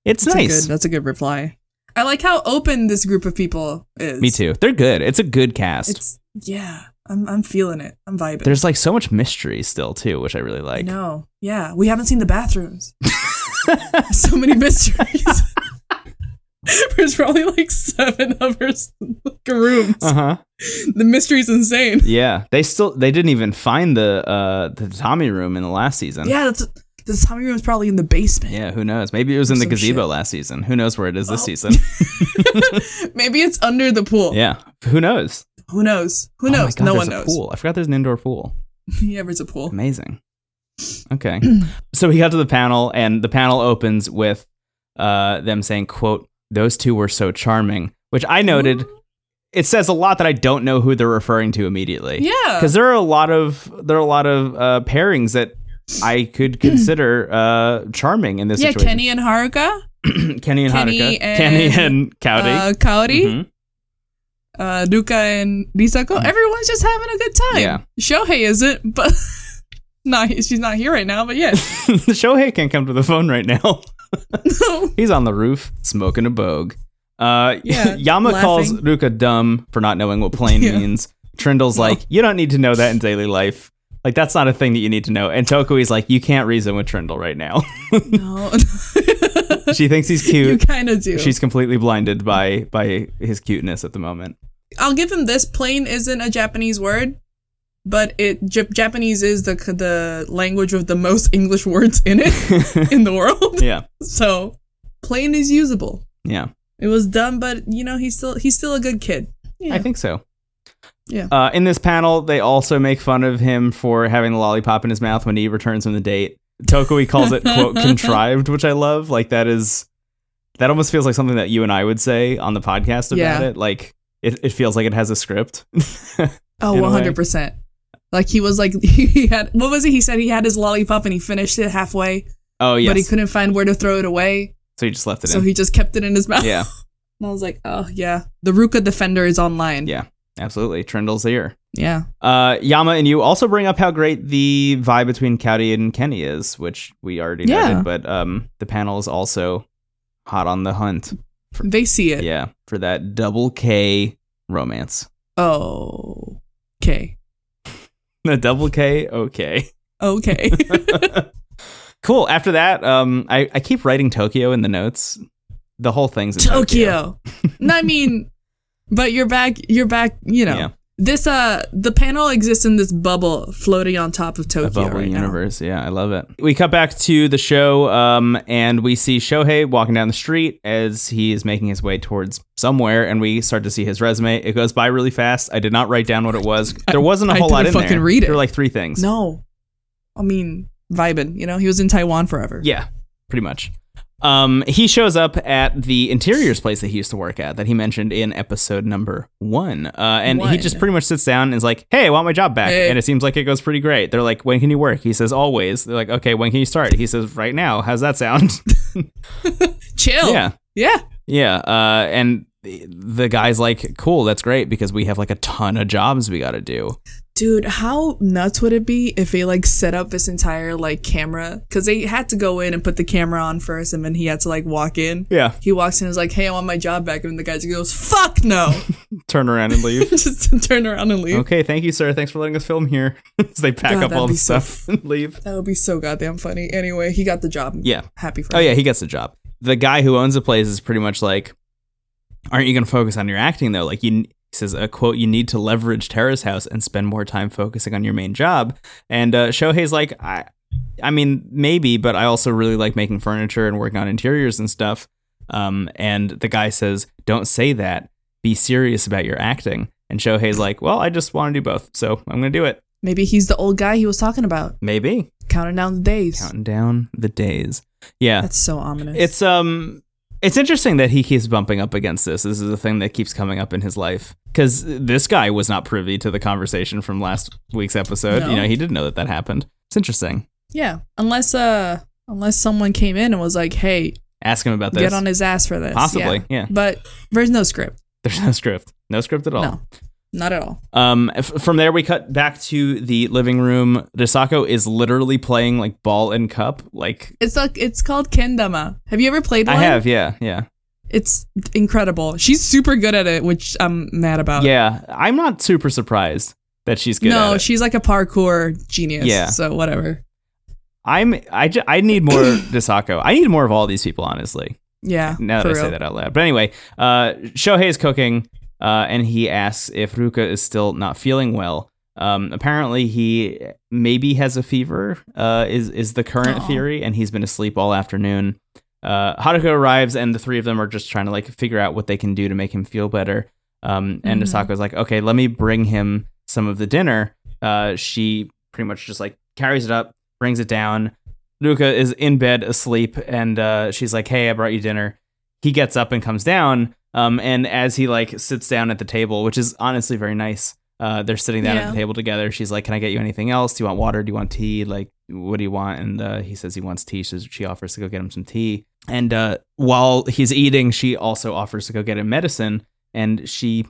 S3: It's
S4: That's a
S3: nice.
S4: good- that's a good reply. I like how open this group of people is.
S3: Me too. They're good. It's a good cast.
S4: It's yeah. I'm I'm feeling it. I'm vibing.
S3: There's like so much mystery still too, which I really like.
S4: no. Yeah. We haven't seen the bathrooms. so many mysteries. There's probably like seven of her s- like, rooms.
S3: Uh huh.
S4: The mystery's insane.
S3: Yeah. They still they didn't even find the uh the Tommy room in the last season.
S4: Yeah, that's the Tommy room is probably in the basement.
S3: Yeah, who knows? Maybe it was in the
S4: Some
S3: gazebo
S4: shit.
S3: last season. Who knows where it is this
S4: Oh.
S3: season?
S4: Maybe it's under the pool.
S3: yeah, who knows?
S4: Who knows? Who
S3: Oh my
S4: knows?
S3: God,
S4: no
S3: there's
S4: one
S3: a
S4: knows.
S3: Pool. I forgot there's an indoor pool.
S4: yeah, there's a pool.
S3: Amazing. Okay, so we got to the panel, and the panel opens with uh, them saying, "quote Those two were so charming," which I noted. It says a lot that I don't know who they're referring to immediately.
S4: Yeah.
S3: because there are a lot of there are a lot of uh, pairings that I could consider uh, charming in this
S4: Yeah,
S3: situation.
S4: Kenny and Haruka,
S3: Kenny, Kenny and
S4: Kenny
S3: Hanukkah,
S4: and-
S3: Kenny and Cowdy.
S4: uh, Kaori,
S3: Mhm. Mm-hmm.
S4: uh, Duka and Risako. Everyone's just having a good time.
S3: Yeah.
S4: Shohei isn't, but not she's not here right now. But yeah,
S3: Shohei can't come to the phone right now.
S4: no.
S3: He's on the roof smoking a bogue. Uh,
S4: Yeah,
S3: Yama
S4: laughing.
S3: calls Ruka dumb for not knowing what plain
S4: Yeah.
S3: means. Trindle's like, you don't need to know that in daily life. Like that's not a thing that you need to know. And Tokui's like, you can't reason with Trindle right now.
S4: no.
S3: she thinks he's
S4: you
S3: cute.
S4: kind of do.
S3: She's completely blinded by by his cuteness at the moment.
S4: I'll give him this. Plain isn't a Japanese word, but it J- Japanese is the the language with the most English words in it in the world.
S3: Yeah,
S4: So plain is usable.
S3: yeah.
S4: It was dumb, but you know he's still he's still a good kid. Yeah.
S3: I think so.
S4: Yeah.
S3: Uh, in this panel, they also make fun of him for having the lollipop in his mouth when he returns from the date. Tokoi calls it quote contrived, which I love. Like that is that almost feels like something that you and I would say on the podcast about
S4: Yeah.
S3: it. Like it, it feels like it has a script.
S4: Oh,
S3: in a way.
S4: 100%. Like he was like he had what was it? He said he had his lollipop and he finished it halfway,
S3: oh yes.
S4: but he couldn't find where to throw it away,
S3: so he just left it
S4: so
S3: in.
S4: he just kept it in his mouth.
S3: yeah,
S4: And I was like, "Oh, yeah. The Ruka defender is online."
S3: Yeah. absolutely. Trindle's here.
S4: Yeah.
S3: Uh, Yama and you also bring up how great the vibe between Cowdy and Kenny is, which we already
S4: Yeah.
S3: noted. But um, the panel is also hot on the hunt.
S4: They see it.
S3: Yeah, for that double K romance.
S4: Oh. Okay.
S3: The double K, okay.
S4: Okay.
S3: Cool. After that, um, I, I keep writing Tokyo in the notes. The whole thing's in Tokyo.
S4: Tokyo. No, I mean, but you're back. You're back. You know,
S3: Yeah.
S4: this uh, the panel exists in this bubble floating on top of Tokyo
S3: A bubble
S4: right
S3: universe. Yeah, I love it. We cut back to the show, um, and we see Shohei walking down the street as he is making his way towards somewhere, and we start to see his resume. It goes by really fast. I did not write down what it was. There wasn't a
S4: I
S3: whole lot in
S4: couldn't
S3: there.
S4: fucking read it.
S3: There were like three things.
S4: now. No, I mean vibing. You know, he was in Taiwan forever.
S3: Yeah, pretty much. Um, he shows up at the interiors place that he used to work at that he mentioned in episode number one. Uh, and he
S4: One.
S3: just pretty much sits down and is like, Hey, I want my job back.
S4: Hey.
S3: And it seems like it goes pretty great. They're like, When can you work? He says, Always. They're like, Okay, when can you start? He says, Right now. How's that sound?
S4: Chill.
S3: yeah.
S4: Yeah.
S3: Yeah. Uh, and the guy's like, Cool, that's great because we have like a ton of jobs we got to do.
S4: Dude, how nuts would it be if they like set up this entire like camera? Because they had to go in and put the camera on first, and then he had to like walk in.
S3: Yeah.
S4: He walks in and is like, "Hey, I want my job back," and the guy just goes, "Fuck no!"
S3: Turn around and leave.
S4: just to turn around and leave.
S3: okay, thank you, sir. Thanks for letting us film here. so they pack
S4: God,
S3: up all
S4: that'd
S3: the
S4: be so
S3: stuff and leave.
S4: That would be so goddamn funny. Anyway, he got the job.
S3: Yeah.
S4: happy for
S3: Oh
S4: him.
S3: yeah, he gets the job. The guy who owns the place is pretty much like, aren't you going to focus on your acting though? Like you he says a quote, you need to leverage Terrace House and spend more time focusing on your main job. And uh, Shohei's like, I, I mean, maybe, but I also really like making furniture and working on interiors and stuff. Um, and the guy says, don't say that. Be serious about your acting. And Shohei's like, well, I just want to do both, so I'm going to do it.
S4: Maybe he's the old guy he was talking about,
S3: Maybe
S4: counting down the days.
S3: counting down the days. Yeah,
S4: That's so ominous.
S3: it's um it's interesting that he keeps bumping up against this this is a thing that keeps coming up in his life because this guy was not privy to the conversation from last week's episode
S4: No.
S3: you know he didn't know that that happened it's interesting
S4: yeah, unless uh, unless someone came in and was like, "Hey,
S3: ask him about this
S4: get on his ass for this."
S3: possibly
S4: Yeah.
S3: yeah.
S4: But there's no script.
S3: there's no script no script at all
S4: No, not at all.
S3: um f- from there we cut back to the living room Desako is literally playing like ball and cup like
S4: It's like it's called kendama. Have you ever played one?
S3: I have, yeah, yeah,
S4: It's incredible. She's super good at it, which I'm mad about.
S3: yeah. I'm not super surprised that she's good.
S4: Oh. no,
S3: at it.
S4: she's like a parkour genius.
S3: Yeah.
S4: So whatever.
S3: I'm. I, ju- I need more Desako. I need more of all these people, honestly.
S4: Yeah.
S3: now
S4: for
S3: that I say
S4: real.
S3: that out loud. But anyway, uh, Shohei is cooking, uh, and he asks if Ruka is still not feeling well. Um, apparently, he maybe has a fever. Uh, is is the current
S4: Aw.
S3: theory, and he's been asleep all afternoon. Uh, Haruka arrives, and the three of them are just trying to like figure out what they can do to make him feel better. Um, and
S4: Mhm.
S3: Asako's like, "Okay, let me bring him some of the dinner." Uh, she pretty much just like carries it up, brings it down. Ruka is in bed asleep, and uh, she's like, "Hey, I brought you dinner." he gets up and comes down. Um, and as he like sits down at the table, which is honestly very nice. Uh, they're sitting down at
S4: Yeah.
S3: the table together. She's like, "Can I get you anything else? Do you want water? Do you want tea? Like, what do you want?" And uh, he says he wants tea. So she offers to go get him some tea. And uh, while he's eating, she also offers to go get him medicine. And she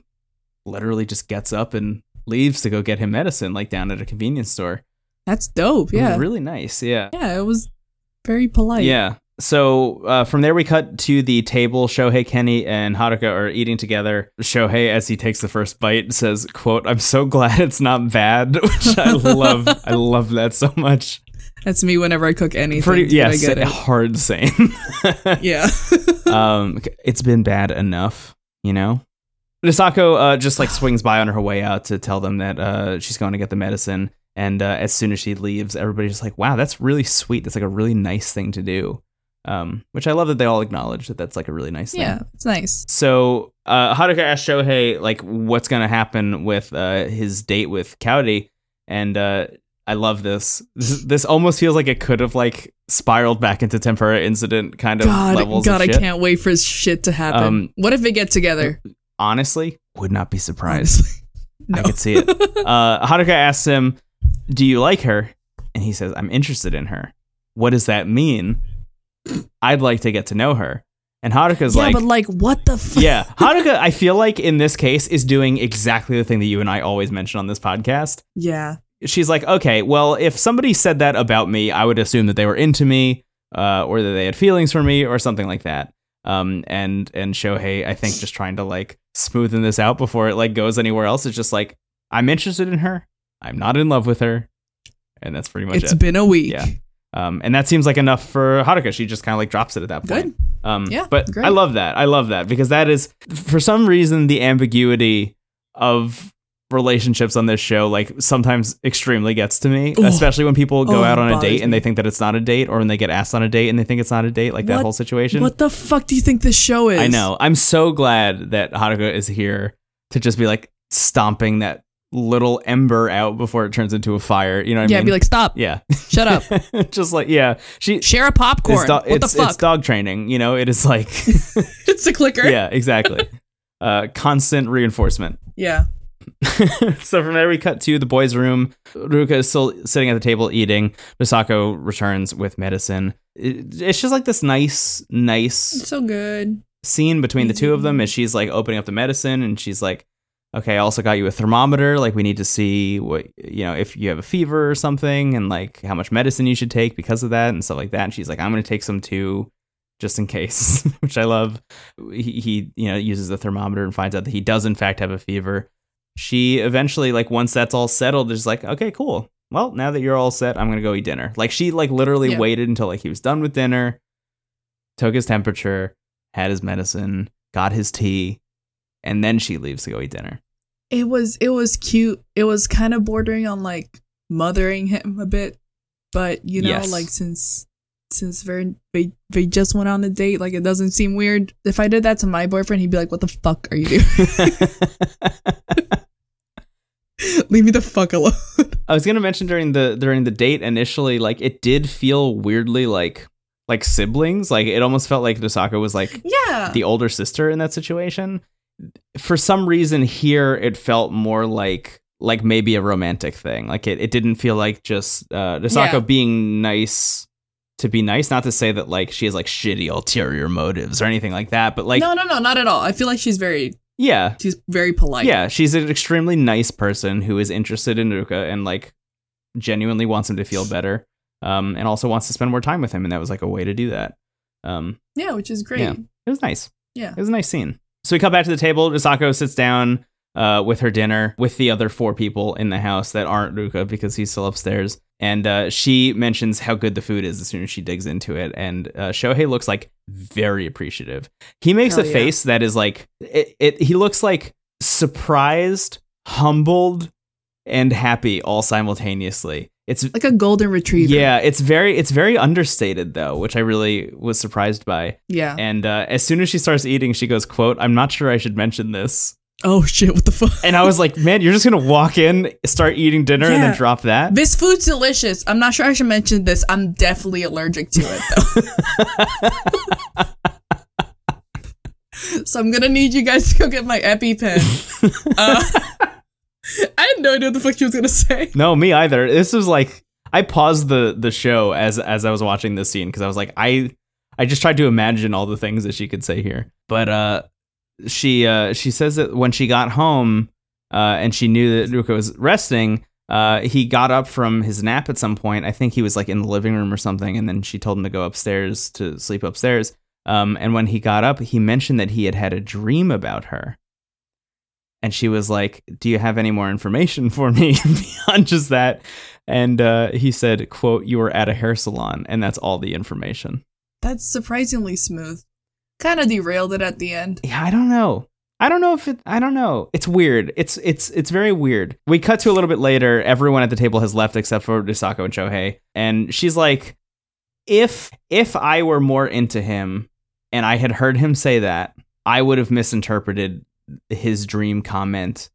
S3: literally just gets up and leaves to go get him medicine, like down at a convenience store.
S4: That's dope.
S3: It was
S4: Yeah.
S3: really nice. Yeah.
S4: yeah. It was very polite.
S3: Yeah. So uh, from there, we cut to the table. Shohei, Kenny, and Haruka are eating together. Shohei, as he takes the first bite, says, "quote I'm so glad it's not bad," which I love. I love that so much.
S4: That's me whenever I cook anything.
S3: Pretty,
S4: dude, I
S3: yes,
S4: get it.
S3: hard saying.
S4: Yeah.
S3: um, it's been bad enough, you know. Nisako uh, just like swings by on her way out to tell them that uh, she's going to get the medicine, and uh, as soon as she leaves, everybody's just like, "Wow, that's really sweet. That's like a really nice thing to do." Um, which I love that they all acknowledge that that's like a really nice thing.
S4: yeah. It's nice.
S3: So uh, Haruka asked Shohei like what's gonna happen with uh, his date with Cowdy, and uh, I love this. this. This almost feels like it could have like spiraled back into Tempura Incident kind of
S4: God,
S3: levels.
S4: God,
S3: of
S4: I
S3: shit.
S4: can't wait for shit to happen.
S3: Um,
S4: what if they get together?
S3: Honestly, would not be surprised.
S4: Honestly.
S3: I could see it. Uh, Haruka asks him, "Do you like her?" And he says, "I'm interested in her." What does that mean? I'd like to get to know her. And Haruka's
S4: Yeah,
S3: like,
S4: but like, what the fuck?
S3: yeah, Hanukkah. I feel like in this case is doing exactly the thing that you and I always mention on this podcast.
S4: Yeah.
S3: She's like, okay, well, if somebody said that about me, I would assume that they were into me, uh, or that they had feelings for me, or something like that. Um, and and Shohei, I think, just trying to like smoothen this out before it like goes anywhere else. It's just like I'm interested in her. I'm not in love with her, and that's pretty much
S4: It's
S3: it.
S4: been a week.
S3: Yeah. Um, and that seems like enough for Haruka. She just kind of like drops it at that point.
S4: Good.
S3: Um,
S4: Yeah,
S3: but
S4: great.
S3: I love that. I love that because that is, for some reason, the ambiguity of relationships on this show like sometimes extremely gets to me,
S4: Ugh.
S3: especially when people go
S4: Oh,
S3: out on a
S4: bothers
S3: date and
S4: me.
S3: they think that it's not a date, or when they get asked on a date and they think it's not a date, like that
S4: What-
S3: whole situation.
S4: What the fuck do you think this show is?
S3: I know. I'm so glad that Haruka is here to just be like stomping that little ember out before it turns into a fire. You know what
S4: yeah,
S3: I mean?
S4: be like, stop.
S3: yeah,
S4: Shut up.
S3: just like yeah, she.
S4: Share a popcorn.
S3: it's, do-
S4: what
S3: it's,
S4: the fuck?
S3: it's dog training. You know, it is like
S4: It's a clicker.
S3: yeah, exactly. uh, constant reinforcement.
S4: Yeah.
S3: so from there we cut to the boys' room. Ruka is still sitting at the table eating. Misako returns with medicine. It- it's just like this nice, nice
S4: So good.
S3: scene between the two of them as she's like opening up the medicine and she's like, Okay, I also got you a thermometer. Like we need to see what you know, if you have a fever or something and like how much medicine you should take because of that and stuff like that. And she's like, I'm gonna take some too just in case, which I love. He, he, you know, uses the thermometer and finds out that he does in fact have a fever. She eventually, like, once that's all settled, is like, okay, cool. Well, now that you're all set, I'm gonna go eat dinner. Like, she like literally
S4: Yeah.
S3: waited until like he was done with dinner, took his temperature, had his medicine, got his tea, and then she leaves to go eat dinner.
S4: It was it was cute. It was kind of bordering on like mothering him a bit, but you know,
S3: Yes.
S4: like since since very they they just went on a date, like it doesn't seem weird. If I did that to my boyfriend, he'd be like, "What the fuck are you doing? Leave me the fuck alone."
S3: I was gonna mention during the during the date initially, like it did feel weirdly like like siblings. Like it almost felt like Dosaka was like
S4: Yeah.
S3: the older sister in that situation. For some reason here it felt more like like maybe a romantic thing. Like it, it didn't feel like just uh Dosaka
S4: Yeah.
S3: being nice to be nice, not to say that like she has like shitty ulterior motives or anything like that, but like
S4: no, no, no, not at all. I feel like she's very
S3: yeah.
S4: she's very polite.
S3: yeah, she's an extremely nice person who is interested in Ruka and like genuinely wants him to feel better. Um and also wants to spend more time with him and that was like a way to do that. Um
S4: Yeah, which is great.
S3: Yeah. it was nice.
S4: Yeah.
S3: It was a nice scene. So we come back to the table. Misako sits down uh, with her dinner with the other four people in the house that aren't Ruka because he's still upstairs. And uh, she mentions how good the food is as soon as she digs into it. And uh, Shohei looks like very appreciative. He makes
S4: Hell
S3: a
S4: yeah.
S3: face that is like, it, it, he looks like surprised, humbled, and happy all simultaneously. It's
S4: Like a golden retriever.
S3: yeah, it's very it's very understated though, which I really was surprised by.
S4: Yeah.
S3: And uh, as soon as she starts eating, she goes, "quote I'm not sure I should mention this."
S4: Oh shit, what the fuck?
S3: And I was like, "Man, you're just gonna walk in, start eating dinner, and then
S4: Yeah.
S3: drop that."
S4: This food's delicious. I'm not sure I should mention this. I'm definitely allergic to it though. so I'm gonna need you guys to go get my EpiPen. Uh, I had no idea what the fuck she was gonna say.
S3: No, me either. This was like I paused the the show as as I was watching this scene because I was like, I I just tried to imagine all the things that she could say here. But uh, she uh, she says that when she got home uh, and she knew that Ruka was resting. Uh, he got up from his nap at some point. I think he was like in the living room or something, and then she told him to go upstairs to sleep upstairs. Um, and when he got up, he mentioned that he had had a dream about her. And she was like, "Do you have any more information for me beyond just that?" And uh, he said, "Quote: You were at a hair salon, and that's all the information."
S4: That's surprisingly smooth. Kind of derailed it at the end.
S3: Yeah, I don't know. I don't know if it. I don't know. It's weird. It's it's it's very weird. We cut to a little bit later. Everyone at the table has left except for Dusako and Shohei, and she's like, "If if I were more into him, and I had heard him say that, I would have misinterpreted his dream comment,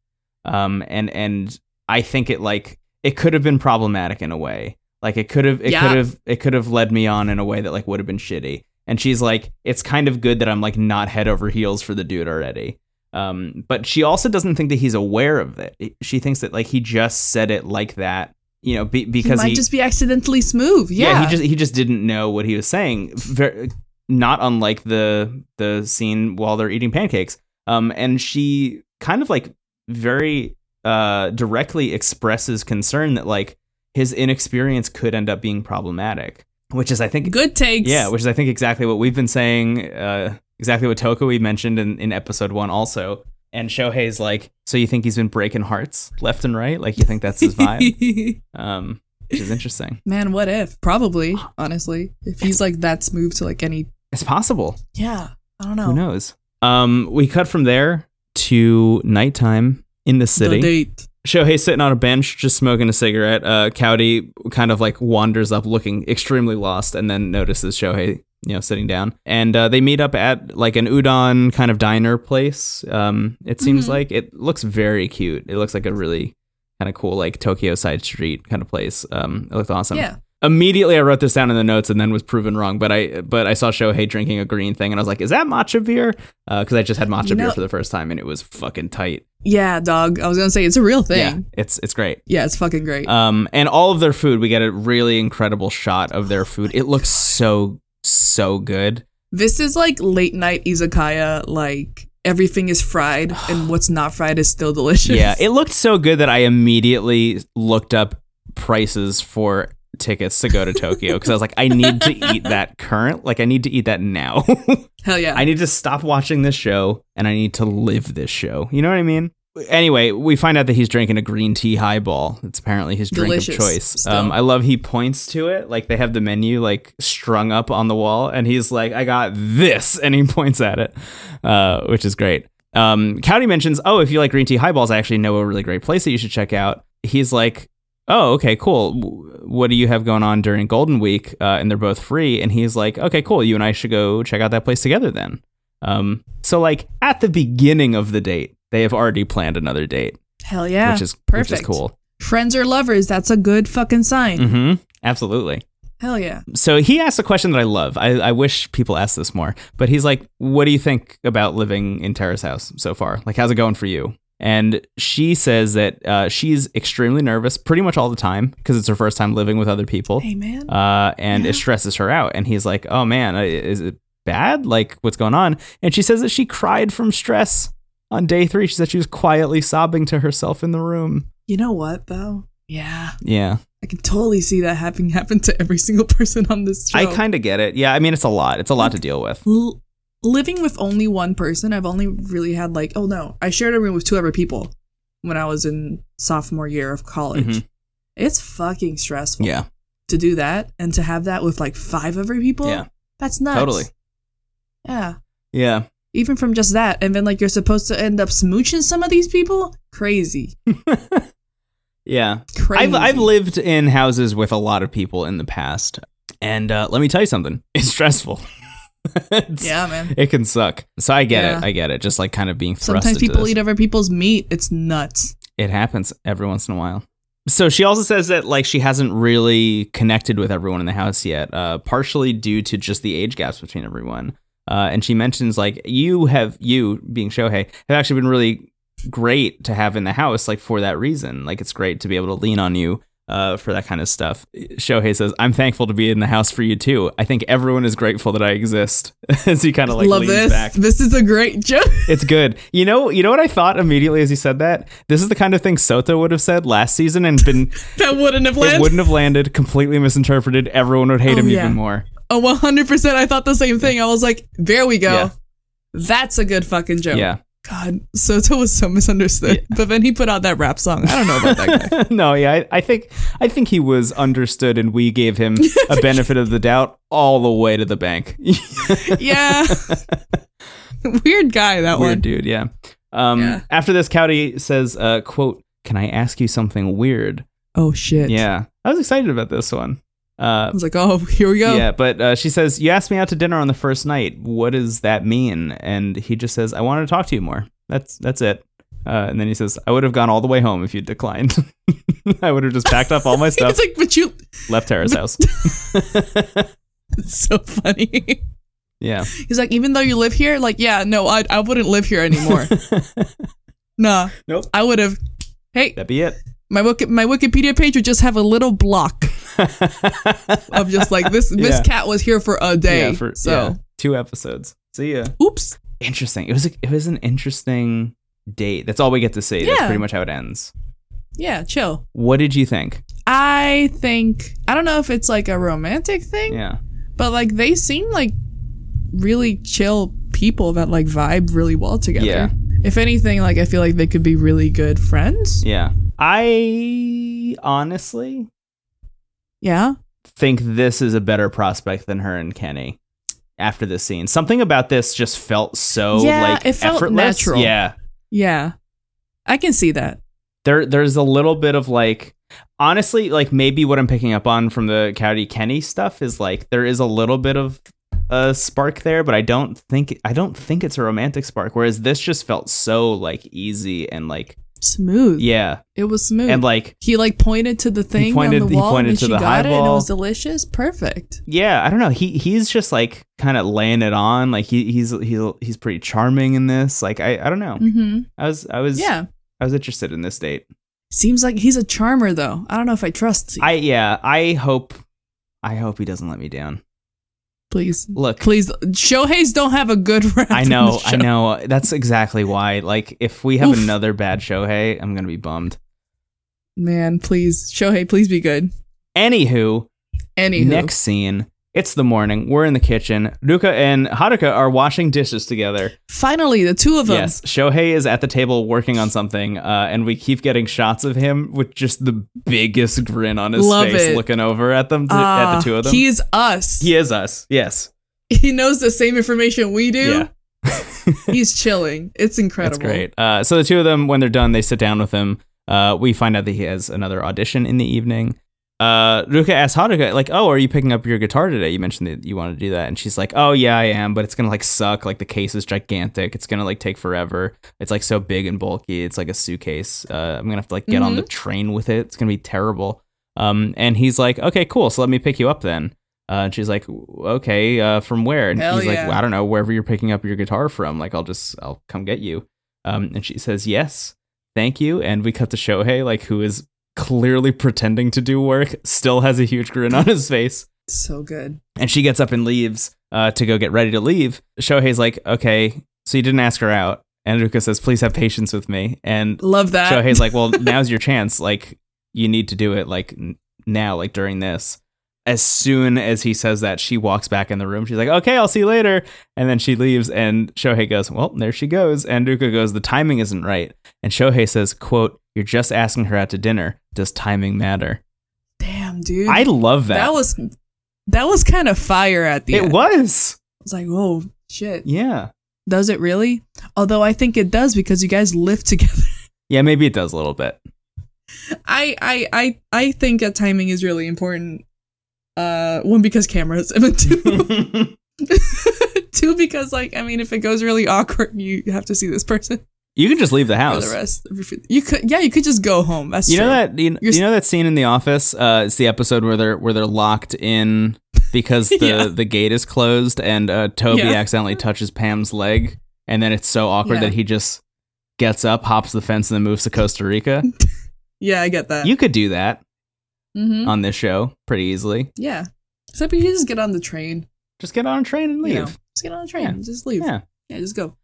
S3: um, and and I think it like it could have been problematic in a way. Like it could have it
S4: Yeah.
S3: could have it could have led me on in a way that like would have been shitty. And she's like, it's kind of good that I'm like not head over heels for the dude already. Um, but she also doesn't think that he's aware of it. She thinks that like he just said it like that, you know, be, because
S4: he might
S3: he
S4: just be accidentally smooth. Yeah.
S3: he just he just didn't know what he was saying. Ver not unlike the the scene while they're eating pancakes. Um, and she kind of like very uh directly expresses concern that like his inexperience could end up being problematic, which is I think
S4: good takes.
S3: yeah, which is I think exactly what we've been saying, uh, exactly what Toka we mentioned in, in episode one also. And Shohei's like, so you think he's been breaking hearts left and right? Like you think that's his vibe? um, which is interesting.
S4: Man, what if? Probably, honestly. If he's like that smooth to like any
S3: It's possible.
S4: Yeah. I don't
S3: Who
S4: know.
S3: knows? Um, we cut from there to nighttime in the
S4: The
S3: city.
S4: date.
S3: Shohei's sitting on a bench, just smoking a cigarette. Uh, Cowdy kind of like wanders up, looking extremely lost, and then notices Shohei, you know, sitting down. And uh, they meet up at like an udon kind of diner place. Um, it seems
S4: Mhm.
S3: like it looks very cute. It looks like a really kind of cool like Tokyo side street kind of place. Um, it looked awesome.
S4: Yeah.
S3: Immediately, I wrote this down in the notes and then was proven wrong. But I but I saw Shohei drinking a green thing and I was like, is that matcha beer? Because I just had matcha
S4: You know-
S3: beer for the first time and it was fucking tight.
S4: Yeah, dog. I was gonna say it's a real
S3: Yeah,
S4: thing.
S3: it's it's great.
S4: Yeah, it's fucking great.
S3: Um, and all of their food, we get a really incredible shot of their food. It looks so so good.
S4: this is like late night izakaya. Like everything is fried, and what's not fried is still delicious.
S3: Yeah, it looked so good that I immediately looked up prices for tickets to go to Tokyo because I was like, I need to eat that current. Like, I need to eat that now.
S4: Hell yeah.
S3: I need to stop watching this show and I need to live this show. You know what I mean? Anyway, we find out that he's drinking a green tea highball. It's apparently his drink
S4: Delicious
S3: of choice. Um,
S4: stuff.
S3: I love he points to it like they have the menu like strung up on the wall, and he's like, "I got this," and he points at it, uh, which is great. Um, Cowdy mentions, "Oh, if you like green tea highballs, I actually know a really great place that you should check out." He's like, "Oh, okay, cool. W- What do you have going on during Golden Week?" Uh, and they're both free, and he's like, "Okay, cool. You and I should go check out that place together then." Um, so like at the beginning of the date, they have already planned another date,
S4: Hell yeah.
S3: which is
S4: perfect.
S3: which is cool.
S4: Friends or lovers, that's a good fucking sign.
S3: hmm Absolutely.
S4: Hell yeah.
S3: So he asked a question that I love. I, I wish people asked this more, but he's like, "What do you think about living in Tara's house so far? Like, how's it going for you?" And she says that uh, she's extremely nervous, pretty much all the time, because it's her first time living with other people,
S4: Hey man.
S3: uh, and
S4: Yeah.
S3: it stresses her out. And he's like, "Oh man, i- is it bad? Like, what's going on?" And she says that she cried from stress on day three. She said she was quietly sobbing to herself in the room.
S4: you know what though? Yeah.
S3: Yeah,
S4: I can totally see that having happened to every single person on this show.
S3: I kind of get it. Yeah, I mean, it's a lot. It's a lot to deal with.
S4: L- living with only one person, I've only really had like, oh no, I shared a room with two other people when I was in sophomore year of college.
S3: Mhm.
S4: It's fucking stressful
S3: Yeah.
S4: to do that and to have that with like five other people.
S3: Yeah.
S4: That's nuts.
S3: Totally.
S4: Yeah.
S3: Yeah.
S4: Even from just that. And then like you're supposed to end up smooching some of these people? Crazy.
S3: Yeah.
S4: Crazy.
S3: I've, I've lived in houses with a lot of people in the past. And uh, let me tell you something it's stressful. It's-
S4: Yeah, man.
S3: It can suck. So I get
S4: Yeah.
S3: it. I get it. Just like kind of being thrust
S4: Sometimes
S3: into
S4: people
S3: this.
S4: eat other people's meat. It's nuts.
S3: It happens every once in a while. So she also says that like she hasn't really connected with everyone in the house yet, uh, partially due to just the age gaps between everyone. Uh, and she mentions like you have you being Shohei have actually been really great to have in the house like for that reason. Like it's great to be able to lean on you uh, for that kind of stuff. Shohei says, "I'm thankful to be in the house for you too. I think everyone is grateful that I exist." As he kind of like
S4: Love
S3: leans
S4: this.
S3: back.
S4: This is a great joke.
S3: It's good. You know, you know what I thought immediately as you said that? This is the kind of thing Soto would have said last season and been
S4: that wouldn't have
S3: it
S4: landed.
S3: wouldn't have landed, completely misinterpreted. Everyone would hate
S4: Oh,
S3: him
S4: yeah.
S3: even more.
S4: Oh, 100%. I thought the same thing. I was like, there we go.
S3: Yeah.
S4: That's a good fucking joke.
S3: Yeah.
S4: God, Soto was so misunderstood. But then he put out that rap song. I don't know about that guy.
S3: no, yeah, I, I think I think he was understood and we gave him a benefit of the doubt all the way to the bank.
S4: yeah. Weird guy, that
S3: weird
S4: one.
S3: dude yeah um
S4: Yeah.
S3: after this cowdy says uh quote can i ask you something weird
S4: Oh, shit.
S3: yeah i was excited about this one uh
S4: I was like, oh, here we go.
S3: Yeah, but uh, she says, You asked me out to dinner on the first night. What does that mean? And he just says, I wanted to talk to you more. That's that's it. Uh, and then he says, I would have gone all the way home if you declined. I would have just packed up all my
S4: He
S3: stuff,
S4: was like, but you.
S3: left Tara's house.
S4: It's so funny.
S3: Yeah.
S4: He's like, even though you live here, like, yeah, no, I, I wouldn't live here anymore. nah.
S3: Nope.
S4: I would have. Hey,
S3: That'd be it.
S4: my Wiki- my Wikipedia page would just have a little block of just like this. This
S3: Yeah.
S4: cat was here for a day.
S3: yeah, for
S4: so,
S3: yeah, two episodes. See ya.
S4: oops.
S3: Interesting. It was a, it was an interesting date. That's all we get to see. That's
S4: Yeah.
S3: pretty much how it ends.
S4: Yeah, chill.
S3: What did you think?
S4: I think I don't know if it's like a romantic thing,
S3: Yeah.
S4: but like they seem like really chill people that like vibe really well together.
S3: Yeah.
S4: If anything, like I feel like they could be really good friends.
S3: Yeah. I honestly
S4: Yeah.
S3: think this is a better prospect than her and Kenny after this scene. Something about this just felt so
S4: Yeah,
S3: like
S4: it felt
S3: effortless.
S4: natural.
S3: Yeah.
S4: Yeah. I can see that.
S3: There there's a little bit of like honestly, like maybe what I'm picking up on from the Cowdy Kenny stuff is like there is a little bit of a spark there, but I don't think I don't think it's a romantic spark. Whereas this just felt so like easy and like
S4: smooth.
S3: Yeah,
S4: It was smooth.
S3: and like
S4: he like pointed to the thing
S3: pointed-
S4: on
S3: he
S4: the wall
S3: pointed
S4: and
S3: to
S4: she
S3: the
S4: got it and it
S3: highball.
S4: was delicious. Perfect.
S3: yeah, I don't know. He he's just like kind of laying it on. Like he he's he's he's pretty charming in this. Like I I don't know.
S4: Mm-hmm.
S3: I was I was
S4: Yeah.
S3: I was interested in this date.
S4: Seems like he's a charmer though. I don't know if I trust you.
S3: I yeah, I hope I hope he doesn't let me down.
S4: please.
S3: Look,
S4: Please Shohei's don't have a good rap.
S3: I
S4: in
S3: know,
S4: the
S3: I
S4: show.
S3: know. That's exactly why. Like, if we have
S4: Oof.
S3: another bad Shohei, I'm gonna be bummed.
S4: Man, please. Shohei, please be good.
S3: Anywho,
S4: Anywho.
S3: next scene. It's the morning. We're in the kitchen. Ruka and Haruka are washing dishes together.
S4: Finally, the two of them.
S3: Yes, Shohei is at the table working on something, uh, and we keep getting shots of him with just the biggest grin on his
S4: Love
S3: face,
S4: it.
S3: looking over at them, at
S4: Ah,
S3: the two of them.
S4: He is us.
S3: he is us. Yes.
S4: He knows the same information we do.
S3: Yeah.
S4: He's chilling. It's incredible.
S3: That's great. Uh, so the two of them, when they're done, they sit down with him. Uh, we find out that he has another audition in the evening. Uh, Ruka asks Haruka, like, "Oh, are you picking up your guitar today? You mentioned that you wanted to do that." And she's like, "Oh yeah, I am, but it's gonna like suck. Like the case is gigantic. It's gonna like take forever. It's like so big and bulky. It's like a suitcase. Uh, I'm gonna have to like get on the train with it. It's gonna be terrible." Um, and he's like, "Okay, cool. So let me pick you up then." Uh, and she's like, "Okay, uh, from where?" And
S4: Hell
S3: he's like,
S4: yeah.
S3: "I don't know. Wherever you're picking up your guitar from, like I'll just I'll come get you." Um, and she says, Yes, thank you. And we cut to Shohei, like, who is clearly pretending to do work, still has a huge grin on his face.
S4: So good.
S3: And she gets up and leaves uh, to go get ready to leave. Shohei's like, Okay, so you didn't ask her out. And Ruka says, Please have patience with me. And
S4: Love that.
S3: Shohei's like, Well, now's your chance. Like, you need to do it, like, n- now, like, during this. As soon as he says that, she walks back in the room. She's like, okay, I'll see you later. And then she leaves, and Shohei goes, well, there she goes. And Ruka goes, the timing isn't right. And Shohei says, quote, you're just asking her out to dinner. Does timing matter?
S4: Damn, dude.
S3: I love that.
S4: that was that was kind of fire at the
S3: it
S4: end.
S3: was.
S4: I was like, whoa, shit.
S3: Yeah.
S4: Does it really? Although I think it does because you guys live together.
S3: Yeah, maybe it does a little bit.
S4: I I I I think that timing is really important. Uh, one because cameras, and then two, two because like I mean, if it goes really awkward, you have to see this person
S3: you can just leave the
S4: for
S3: house.
S4: the rest. of your- You could, yeah, you could just go home. That's
S3: you know
S4: true.
S3: that you,
S4: You're
S3: you
S4: s-
S3: know that scene in The Office. Uh, it's the episode where they're where they're locked in because the
S4: Yeah.
S3: the gate is closed and uh, Toby
S4: Yeah.
S3: accidentally touches Pam's leg, and then it's so awkward
S4: Yeah.
S3: that he just gets up, hops the fence, and then moves to Costa Rica.
S4: Yeah, I get that.
S3: you could do that
S4: hmm
S3: on this show pretty easily.
S4: Yeah. Except you just get on the train.
S3: Just get on a train and leave.
S4: You know, just get on a train.
S3: Yeah.
S4: Just leave.
S3: Yeah.
S4: yeah, just go.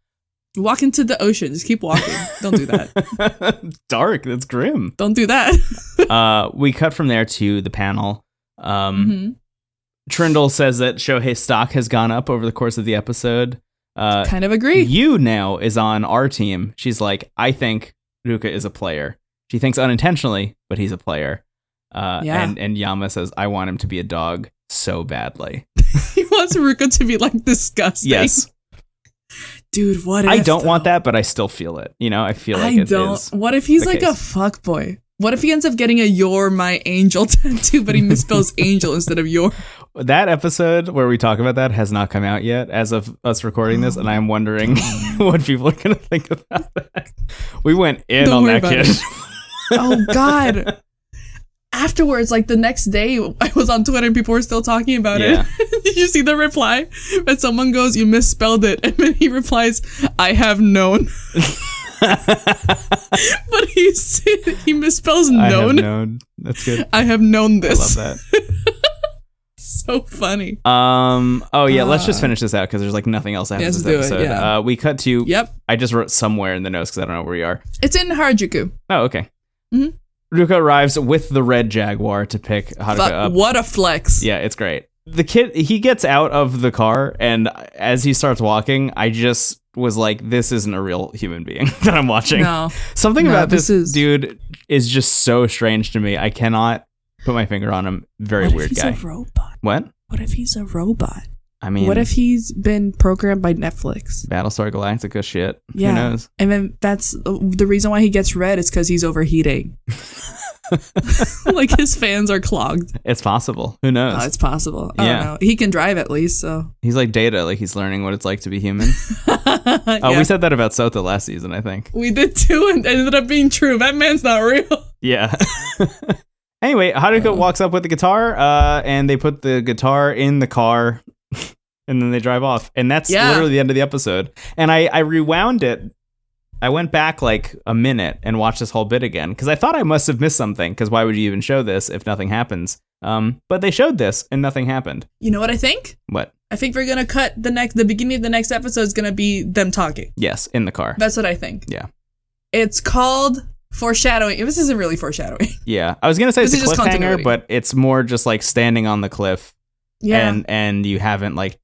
S4: Walk into the ocean. Just keep walking. Don't do that.
S3: Dark. That's grim.
S4: Don't do that.
S3: uh, we cut from there to the panel. Um,
S4: hmm
S3: Trindle says that Shohei's stock has gone up over the course of the episode. Uh,
S4: Kind of agree.
S3: you now is on our team. She's like, I think Ruka is a player. She thinks unintentionally, but he's a player. Uh,
S4: Yeah.
S3: and, and Yama says, I want him to be a dog so badly.
S4: He wants Ruka to be like disgusting.
S3: Yes.
S4: Dude, what if
S3: I don't
S4: though?
S3: want that, but I still feel it. You know, I feel like
S4: I
S3: it
S4: don't.
S3: is.
S4: What if he's
S3: the
S4: like a
S3: case.
S4: fuck boy? What if he ends up getting a "You're my angel" tattoo, but he misspells "angel" instead of "your"?
S3: That episode where we talk about that has not come out yet as of us recording this, and I'm wondering
S4: Mm.
S3: what people are going to think about that. We went in
S4: Don't
S3: on
S4: worry
S3: that
S4: about
S3: kid.
S4: it. Oh God! Afterwards, like the next day, I was on Twitter and people were still talking about
S3: Yeah.
S4: it. Did you see the reply? But someone goes, "You misspelled it," and then he replies, "I have known," but he said- he misspells
S3: I have
S4: known.
S3: known. That's good.
S4: I have known
S3: I love
S4: this.
S3: that.
S4: So funny.
S3: Um. Oh yeah. let's just
S4: Uh,
S3: finish this out because there's like nothing else after
S4: Yes,
S3: this
S4: do it,
S3: episode.
S4: yeah.
S3: Uh, we cut to.
S4: Yep,
S3: I just wrote somewhere in the notes because I don't know where we are.
S4: it's in Harajuku.
S3: Oh, okay.
S4: Mhm.
S3: Ruka arrives with the red jaguar to pick Haruka
S4: Fuck,
S3: up.
S4: what a flex!
S3: Yeah, it's great. The kid he gets out of the car, and as he starts walking, I just was like, "This isn't a real human being that I'm watching."
S4: No,
S3: Something
S4: No,
S3: about this,
S4: this is-
S3: dude is just so strange to me. I cannot put my finger on him. Very
S4: What if
S3: weird
S4: he's
S3: guy.
S4: a robot?
S3: what?
S4: What if he's a robot?
S3: I mean,
S4: what if he's been programmed by Netflix?
S3: Battlestar Galactica shit?
S4: Yeah.
S3: Who knows?
S4: uh, And then that's the reason why he gets red is because he's overheating. like his fans are clogged.
S3: It's possible. Who knows?
S4: Oh, it's possible. I
S3: Yeah.
S4: don't know. He can drive at least, so.
S3: he's like data, like he's learning what it's like to be human. Oh,
S4: Yeah.
S3: we said that about Sota last season, I think.
S4: We did too, and it ended up being true. That man's not real.
S3: Yeah. anyway, Haruka walks up with the guitar, uh, and they put the guitar in the car, and then they drive off. And that's
S4: Yeah.
S3: literally the end of the episode. And I, I rewound it. I went back like a minute and watched this whole bit again because I thought I must have missed something. Because why would you even show this if nothing happens? Um, but they showed this and nothing happened.
S4: You know what I think?
S3: What?
S4: I think we're gonna cut the next. The beginning of the next episode is gonna be them talking.
S3: Yes, in the car.
S4: That's what I think.
S3: Yeah.
S4: It's called foreshadowing. This isn't really foreshadowing.
S3: Yeah, I was gonna say
S4: This
S3: it's a
S4: is just
S3: cliffhanger,
S4: continuity.
S3: but it's more just like standing on the cliff
S4: Yeah.
S3: and and you haven't like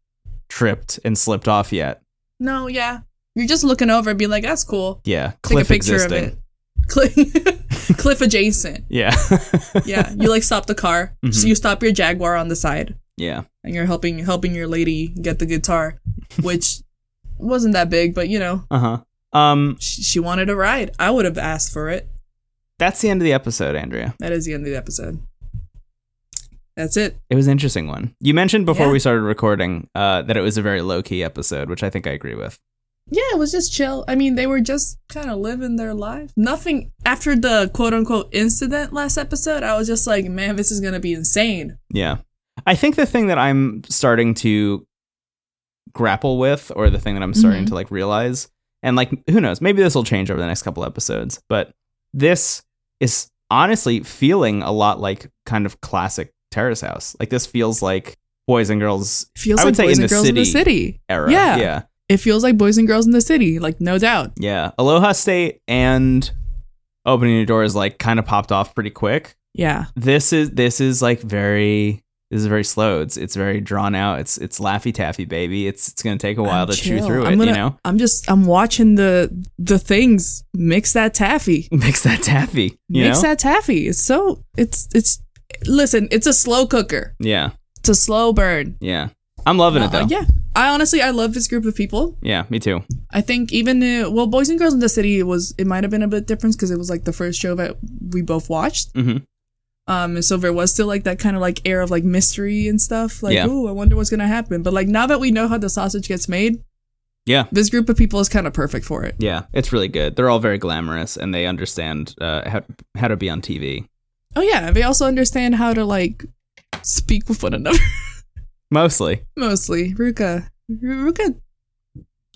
S3: tripped and slipped off yet.
S4: no. Yeah. You're just looking over and be like, "That's cool."
S3: Yeah,
S4: Take
S3: cliff
S4: a picture
S3: existing.
S4: of it. Cliff, cliff adjacent.
S3: Yeah,
S4: Yeah. You like stop the car. So
S3: Mhm.
S4: you stop your Jaguar on the side,
S3: yeah,
S4: and you're helping helping your lady get the guitar, which wasn't that big, but you know,
S3: uh huh. Um,
S4: she, she wanted a ride. I would have asked for it.
S3: that's the end of the episode, Andrea.
S4: That is the end of the episode. That's it.
S3: It was an interesting one. You mentioned before
S4: Yeah.
S3: we started recording uh, that it was a very low key episode, which I think I agree with.
S4: Yeah, it was just chill. I mean, they were just kind of living their life. Nothing after the quote unquote incident last episode, I was just like, man, this is going to be insane.
S3: Yeah. I think the thing that I'm starting to grapple with, or the thing that I'm starting
S4: Mhm.
S3: to like realize, and like, who knows, maybe this will change over the next couple episodes, but this is honestly feeling a lot like kind of classic Terrace House. Like, this feels like boys and girls
S4: Feels
S3: I would
S4: like
S3: say
S4: boys
S3: in
S4: and
S3: the
S4: girls in the
S3: city.
S4: city.
S3: era.
S4: Yeah.
S3: Yeah.
S4: It feels like boys and girls in the city, like no doubt.
S3: Yeah. Aloha State and Opening Your Door is like kind of popped off pretty quick.
S4: Yeah.
S3: this is this is like very this is very slow. It's it's very drawn out. It's it's laffy taffy, baby. It's it's gonna take a while
S4: I'm
S3: to chew
S4: chill.
S3: through it.
S4: I'm gonna-
S3: You know,
S4: I'm just I'm watching the the things mix that taffy.
S3: mix that taffy. You
S4: mix
S3: know,
S4: that taffy. It's so it's it's listen, it's a slow cooker.
S3: yeah,
S4: It's a slow burn.
S3: yeah. I'm loving it though.
S4: Uh,
S3: yeah.
S4: yeah. I honestly I love this group of people.
S3: me too.
S4: I think even uh, well, Boys and Girls in the City was it might have been a bit different because it was like the first show that we both watched.
S3: hmm
S4: Um, and so there was still like that kind of like air of like mystery and stuff. Like,
S3: Yeah.
S4: ooh, I wonder what's gonna happen. But like now that we know how the sausage gets made,
S3: Yeah,
S4: this group of people is kind of perfect for it.
S3: yeah. It's really good. They're all very glamorous and they understand uh, how how to be on TV.
S4: Oh yeah, they also understand how to like speak with one another
S3: Mostly.
S4: mostly. Ruka, Ruka,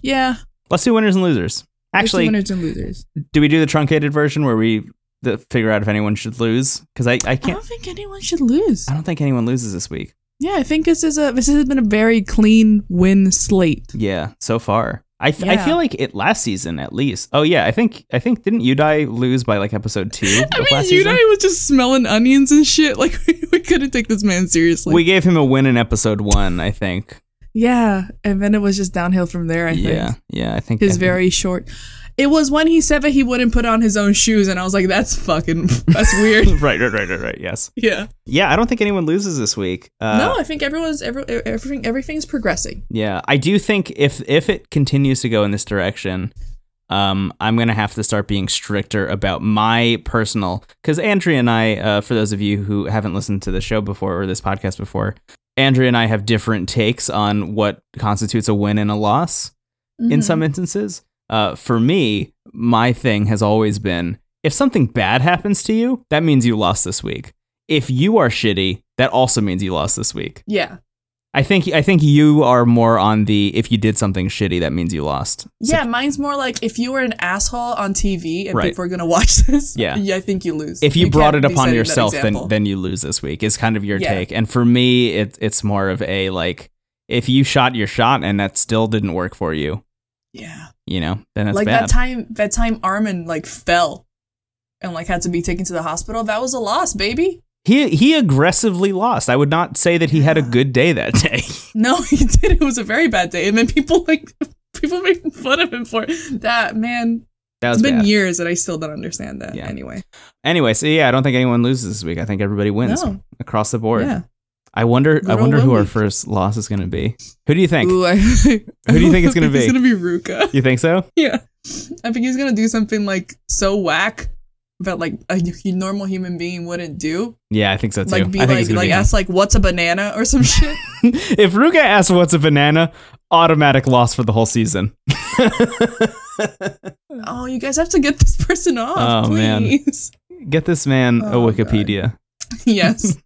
S4: yeah,
S3: Let's do winners and losers.
S4: there's some
S3: Actually,
S4: winners and losers.
S3: do we do the truncated version where we th- figure out if anyone should lose? Because I I
S4: I
S3: can't.
S4: don't think anyone should lose.
S3: I don't think anyone loses this week.
S4: Yeah, I think this is a this has been a very clean win slate.
S3: Yeah, so far. I th- I
S4: Yeah.
S3: feel like it last season at least. Oh yeah, I think I think didn't Udai lose by like episode two of
S4: I mean,
S3: last
S4: you
S3: season?
S4: and I was just smelling onions and shit. Like we, we couldn't take this man seriously.
S3: we gave him a win in episode one, I think.
S4: yeah, and then it was just downhill from there. I
S3: yeah,
S4: think
S3: yeah, I think I
S4: his
S3: think-
S4: very short. It was when he said that he wouldn't put on his own shoes, and I was like, "That's fucking, that's weird."
S3: right, right, right, right, right. Yes.
S4: yeah.
S3: Yeah, I don't think anyone loses this week. Uh,
S4: no, I think everyone's every, everything everything's progressing.
S3: Yeah, I do think if if it continues to go in this direction, um, I'm gonna have to start being stricter about my personal. Because Andrea and I, uh, for those of you who haven't listened to the show before or this podcast before, Andrea and I have different takes on what constitutes a win and a loss in some instances. Uh, for me, my thing has always been if something bad happens to you, that means you lost this week. If you are shitty, that also means you lost this week.
S4: Yeah.
S3: I think I think you are more on the if you did something shitty that means you lost. So-
S4: Yeah, mine's more like if you were an asshole on TV and
S3: Right.
S4: people are gonna watch this.
S3: Yeah.
S4: I think you lose.
S3: if you, brought it
S4: can't be
S3: upon
S4: setting that
S3: yourself, then
S4: example.
S3: then you lose this week. Is kind of your
S4: Yeah.
S3: take. And for me, it it's more of a like if you shot your shot and that still didn't work for you,
S4: yeah.
S3: you know, then that's
S4: like
S3: bad.
S4: that time that time Armin like fell and like had to be taken to the hospital. That was a loss, baby.
S3: he he aggressively lost. I would not say that he had a good day that day.
S4: No, he did. It was a very bad day. And then people like people making fun of him for it. that man.
S3: that was
S4: It's been
S3: bad.
S4: years and I still don't understand that.
S3: Yeah.
S4: Anyway.
S3: Anyway, so yeah, I don't think anyone loses this week. I think everybody wins
S4: No.
S3: across the board.
S4: Yeah.
S3: I wonder
S4: Good
S3: I
S4: old
S3: wonder
S4: win
S3: who our
S4: week.
S3: first loss is going to be. Who do you think?
S4: Ooh, I, Who
S3: do you think it's gonna be?
S4: It's gonna be Ruka.
S3: You think so?
S4: Yeah. I think he's gonna do something like so whack that like a hu- normal human being wouldn't do.
S3: Yeah, I think so too.
S4: Like be
S3: I think
S4: like
S3: it's gonna
S4: like
S3: be him.
S4: ask like what's a banana or some shit.
S3: if Ruka asks what's a banana, automatic loss for the whole season.
S4: oh, you guys have to get this person off,
S3: Oh, man.
S4: please.
S3: Get this man
S4: Oh,
S3: a Wikipedia.
S4: yes.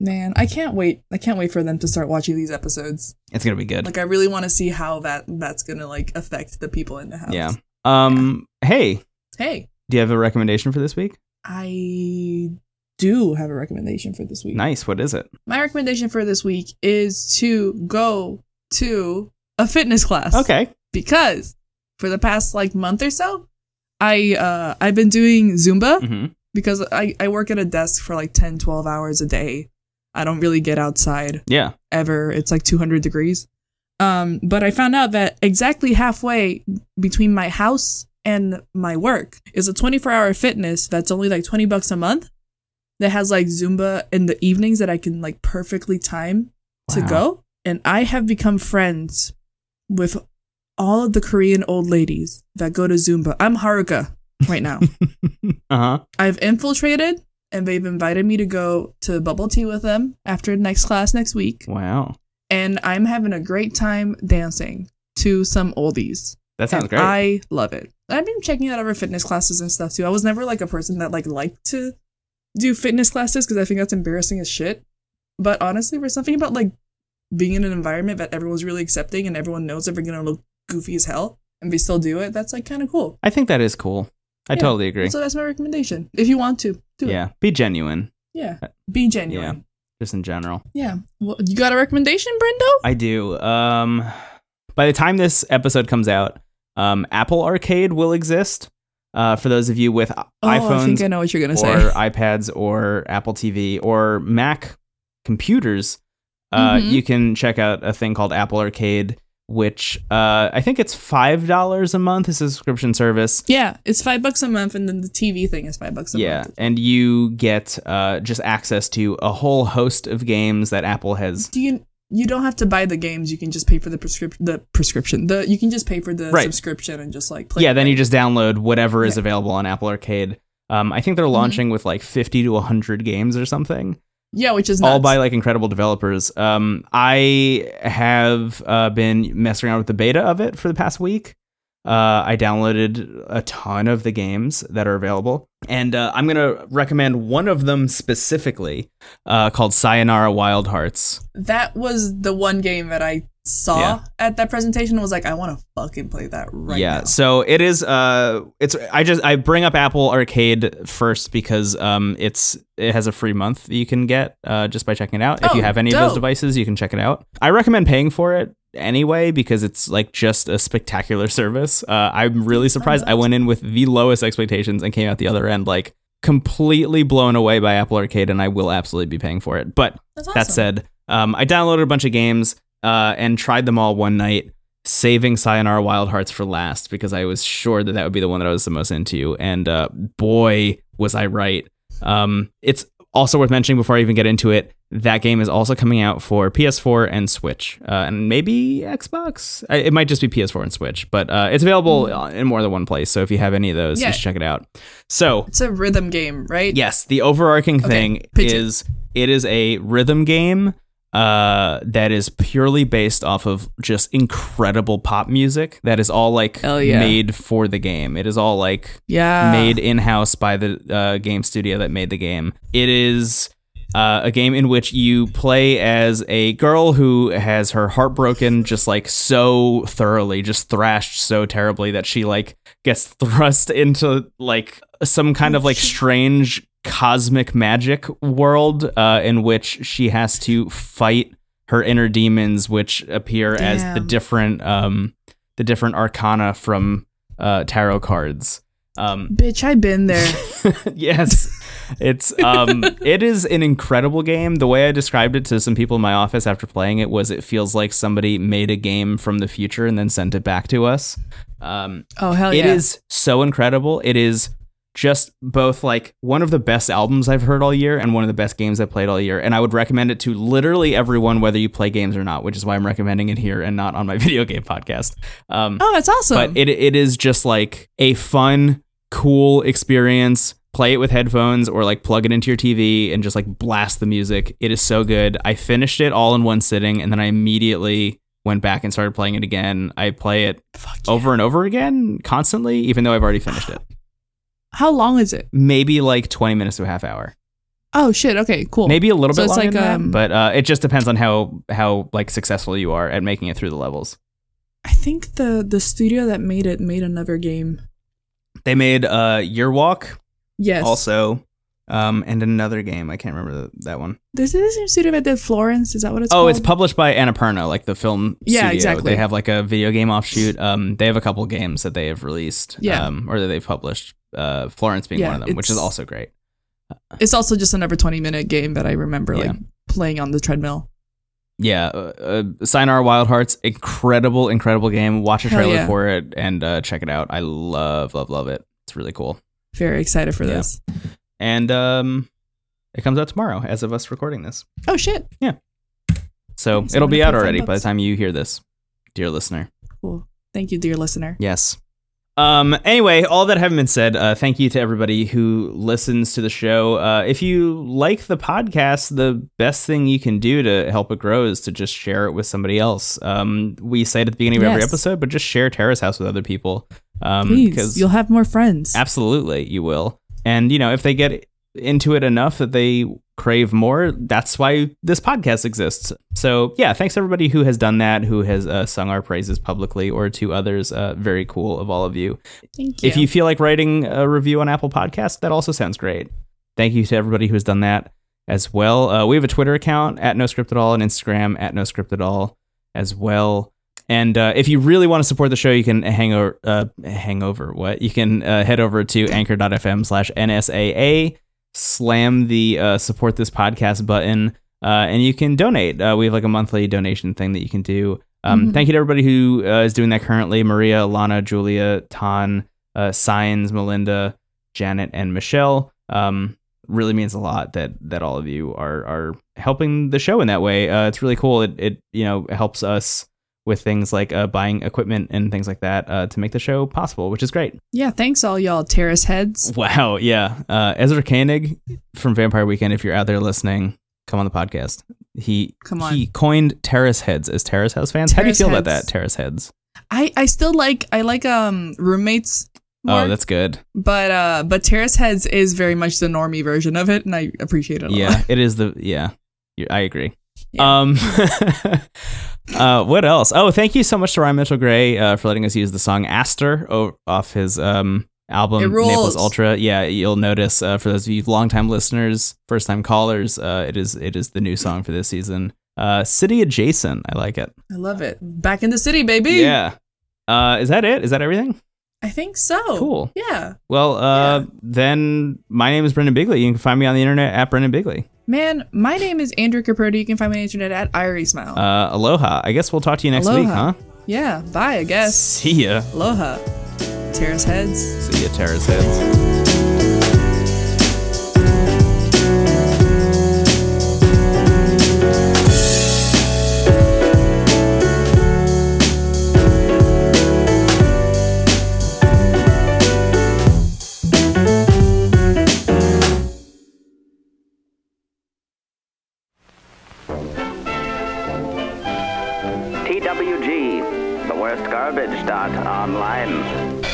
S4: Man, I can't wait. I can't wait for them to start watching these episodes.
S3: it's gonna be good.
S4: Like I really want to see how that that's going to like affect the people in the house.
S3: yeah. Um. Hey,
S4: Hey,
S3: do you have a recommendation for this week?
S4: I do have a recommendation for this week.
S3: Nice. What is it?
S4: My recommendation for this week is to go to a fitness class.
S3: Okay.
S4: Because for the past like month or so, I uh I've been doing Zumba
S3: hmm
S4: because I I work at a desk for like 10 12 hours a day. I don't really get outside
S3: Yeah.
S4: ever. It's like 200 degrees. Um but I found out that exactly halfway between my house and my work is a 24-hour fitness that's only like 20 bucks a month that has like Zumba in the evenings that I can like perfectly time to
S3: Wow.
S4: go. And I have become friends with all of the Korean old ladies that go to Zumba. I'm Haruka right now.
S3: Uh huh.
S4: I've infiltrated and they've invited me to go to bubble tea with them after next class next week.
S3: Wow.
S4: And I'm having a great time dancing to some oldies.
S3: That sounds
S4: And
S3: great.
S4: I love it. And I've been checking out other fitness classes and stuff too. I was never like a person that like liked to do fitness classes because I think that's embarrassing as shit. But honestly, there's something about like being in an environment that everyone's really accepting and everyone knows that they're gonna look goofy as hell and they still do it. That's like kind of cool.
S3: I think that is cool. I
S4: Yeah.
S3: totally agree.
S4: So that's my recommendation. If you want to, do it.
S3: Yeah. Uh, Be genuine,
S4: Yeah. Be genuine.
S3: just in general.
S4: Yeah. Well, you got a recommendation, Brendo?
S3: I do. Um, by the time this episode comes out, um, Apple Arcade will exist. Uh, for those of you with i-
S4: oh, I think
S3: iPhones
S4: I know what you're gonna
S3: or
S4: say.
S3: iPads or Apple TV or Mac computers, uh,
S4: Mhm.
S3: you can check out a thing called Apple Arcade, which uh, I think it's five dollars a month, a subscription service.
S4: Yeah, it's five bucks a month, and then the TV thing is five bucks a
S3: yeah,
S4: month.
S3: and you get uh, just access to a whole host of games that Apple has.
S4: Do you? You don't have to buy the games. You can just pay for the prescription. The prescription. The you can just pay for the
S3: Right.
S4: subscription and just like play.
S3: Yeah, then you just download whatever is
S4: Yeah. Mm-hmm.
S3: available on Apple Arcade. Um, I think they're launching with like fifty to hundred games or something.
S4: yeah, which is
S3: all
S4: nuts.
S3: by like incredible developers. Um, I have uh, been messing around with the beta of it for the past week. Uh, I downloaded a ton of the games that are available, and uh, I'm gonna recommend one of them specifically, uh, called Sayonara Wild Hearts.
S4: that was the one game that I saw
S3: Yeah.
S4: at that presentation. and Was like, I want to fucking play that right
S3: yeah,
S4: now.
S3: so it is. Uh, it's I just I bring up Apple Arcade first because um, it's it has a free month that you can get uh, just by checking it out. if you
S4: Oh,
S3: have any of
S4: dope.
S3: those devices, you can check it out. I recommend paying for it anyway because it's like just a spectacular service. Uh, I'm really surprised. I went in with the lowest expectations and came out the other end like completely blown away by Apple Arcade, and I will absolutely be paying for it. But
S4: That's awesome.
S3: that said, um, I downloaded a bunch of games uh, and tried them all one night, saving Sayonara Wild Hearts for last because I was sure that that would be the one that I was the most into. And uh, boy, was I right. Um, it's also worth mentioning before I even get into it that game is also coming out for PS4 and Switch, uh, and maybe Xbox. I, it might just be PS4 and Switch, but uh, it's available in more than one place. So if you have any of those,
S4: Hmm. Yeah.
S3: you should check it out. So
S4: It's a rhythm game, right?
S3: Yes, the overarching thing
S4: pitch it.
S3: is it is a rhythm game uh, that is purely based off of just incredible pop music that is all like
S4: Hell yeah.
S3: made for the game. It is all like
S4: Yeah.
S3: made in house by the uh, game studio that made the game. It is uh, a game in which you play as a girl who has her heart broken just like so thoroughly, just thrashed so terribly that she like gets thrust into like some kind of like strange cosmic magic world uh, in which she has to fight her inner demons, which appear as the
S4: Damn.
S3: different um, the different arcana from uh, tarot cards. Um,
S4: Bitch, I've been there.
S3: yes. It's um it is an incredible game. The way I described it to some people in my office after playing it was it feels like somebody made a game from the future and then sent it back to us. Um
S4: Oh hell
S3: it
S4: yeah!
S3: is so incredible. It is just both like one of the best albums I've heard all year and one of the best games I've played all year. And I would recommend it to literally everyone, whether you play games or not, which is why I'm recommending it here and not on my video game podcast. Um
S4: Oh, that's awesome.
S3: but it it is just like a fun cool experience. Play it with headphones or like plug it into your TV and just like blast the music. It is so good. I finished it all in one sitting and then I immediately went back and started playing it again. I play it
S4: Fuck yeah.
S3: over and over again constantly, even though I've already finished it.
S4: How long is it?
S3: Maybe like 20 minutes to a half hour.
S4: Oh shit. Okay. Cool.
S3: Maybe a little
S4: So
S3: bit
S4: it's
S3: longer
S4: like,
S3: than that,
S4: um,
S3: but uh, it just depends on how how like successful you are at making it through the levels.
S4: I think the the studio that made it made another game.
S3: They made uh Your Walk
S4: Yes.
S3: also um and another game. I can't remember the, that one.
S4: There's the same studio that did Florence. Is that what it's
S3: oh,
S4: called?
S3: it's published by Annapurna, like the film
S4: Yeah,
S3: studio.
S4: exactly.
S3: They have like a video game offshoot. Um they have a couple games that they have released
S4: Yeah.
S3: um or that they've published. Uh Florence being
S4: Yeah,
S3: one of them, which is
S4: it's-
S3: also great.
S4: It's also just another 20 minute game that I remember
S3: Yeah.
S4: like playing on the treadmill.
S3: yeah, uh, uh, Sign Our Wild Hearts, incredible, incredible game. Watch a
S4: Hell
S3: trailer
S4: yeah.
S3: for it and uh, check it out. I love, love, love it. It's really cool.
S4: Very excited for
S3: Yeah.
S4: this.
S3: And um, it comes out tomorrow as of us recording this.
S4: Oh shit.
S3: So
S4: Nice. I'm
S3: it'll
S4: gonna
S3: be
S4: pay
S3: out
S4: 10
S3: already by the
S4: bucks.
S3: time you hear this, dear listener.
S4: Cool. Thank you, dear listener.
S3: Yes. Um, anyway, all that having been said, uh, thank you to everybody who listens to the show. Uh, if you like the podcast, the best thing you can do to help it grow is to just share it with somebody else. Um, we say it at the beginning of every
S4: Yes.
S3: episode, but just share Terrace House with other people. Um,
S4: Please, you'll have more friends.
S3: Absolutely, you will. And you know, if they get into it enough that they crave more, that's why this podcast exists. So yeah, thanks to everybody who has done that, who has uh, sung our praises publicly or to others. Uh, very cool of all of you.
S4: Thank you.
S3: If you feel like writing a review on Apple Podcast, that also sounds great. Thank you to everybody who has done that as well. Uh, we have a Twitter account at No Script at All and Instagram at No Script at All as well. And uh, if you really want to support the show, you can hang over, uh, hang over what? You can uh, head over to anchor.fm slash NSAA, slam the uh, support this podcast button, uh, and you can donate. Uh, we have like a monthly donation thing that you can do. Um,
S4: Mhm.
S3: Thank you to everybody who uh, is doing that currently Maria, Alana, Julia, Tan, uh, Signs, Melinda, Janet, and Michelle. Um, really means a lot that that all of you are are helping the show in that way. Uh, it's really cool. It it you know helps us with things like uh, buying equipment and things like that uh, to make the show possible, which is great.
S4: yeah, thanks all y'all terrace heads.
S3: Wow, yeah. Uh, Ezra Koenig from Vampire Weekend. If you're out there listening, come on the podcast. He
S4: Come on.
S3: He coined terrace heads as terrace house fans. How do you
S4: Terrace
S3: feel about
S4: heads.
S3: that? Terrace heads.
S4: I I still like I like um roommates. More,
S3: Oh, that's good.
S4: but uh but terrace heads is very much the normie version of it, and I appreciate it. A lot.
S3: yeah it is the yeah you i agree um uh what else oh thank you so much to ryan mitchell gray uh, for letting us use the song aster o- off his um album
S4: It
S3: naples
S4: rules.
S3: ultra yeah you'll notice uh, for those of you longtime listeners first time callers uh it is it is the new song for this season uh city adjacent i like it
S4: I love it. Back in the city, baby.
S3: yeah uh is that it is that everything
S4: I think so.
S3: Cool.
S4: Yeah.
S3: well uh
S4: Yeah.
S3: then my name is brendan bigley you can find me on the internet at brendan bigley
S4: Man, my name is Andrew Caprota. You can find me on the internet at Irie Smile.
S3: uh aloha i guess we'll talk to you next week huh
S4: Aloha. yeah, bye, I guess.
S3: see ya
S4: Aloha. Terrace heads.
S3: See ya, Terrace Heads.
S1: TWG, the worst garbage dot online.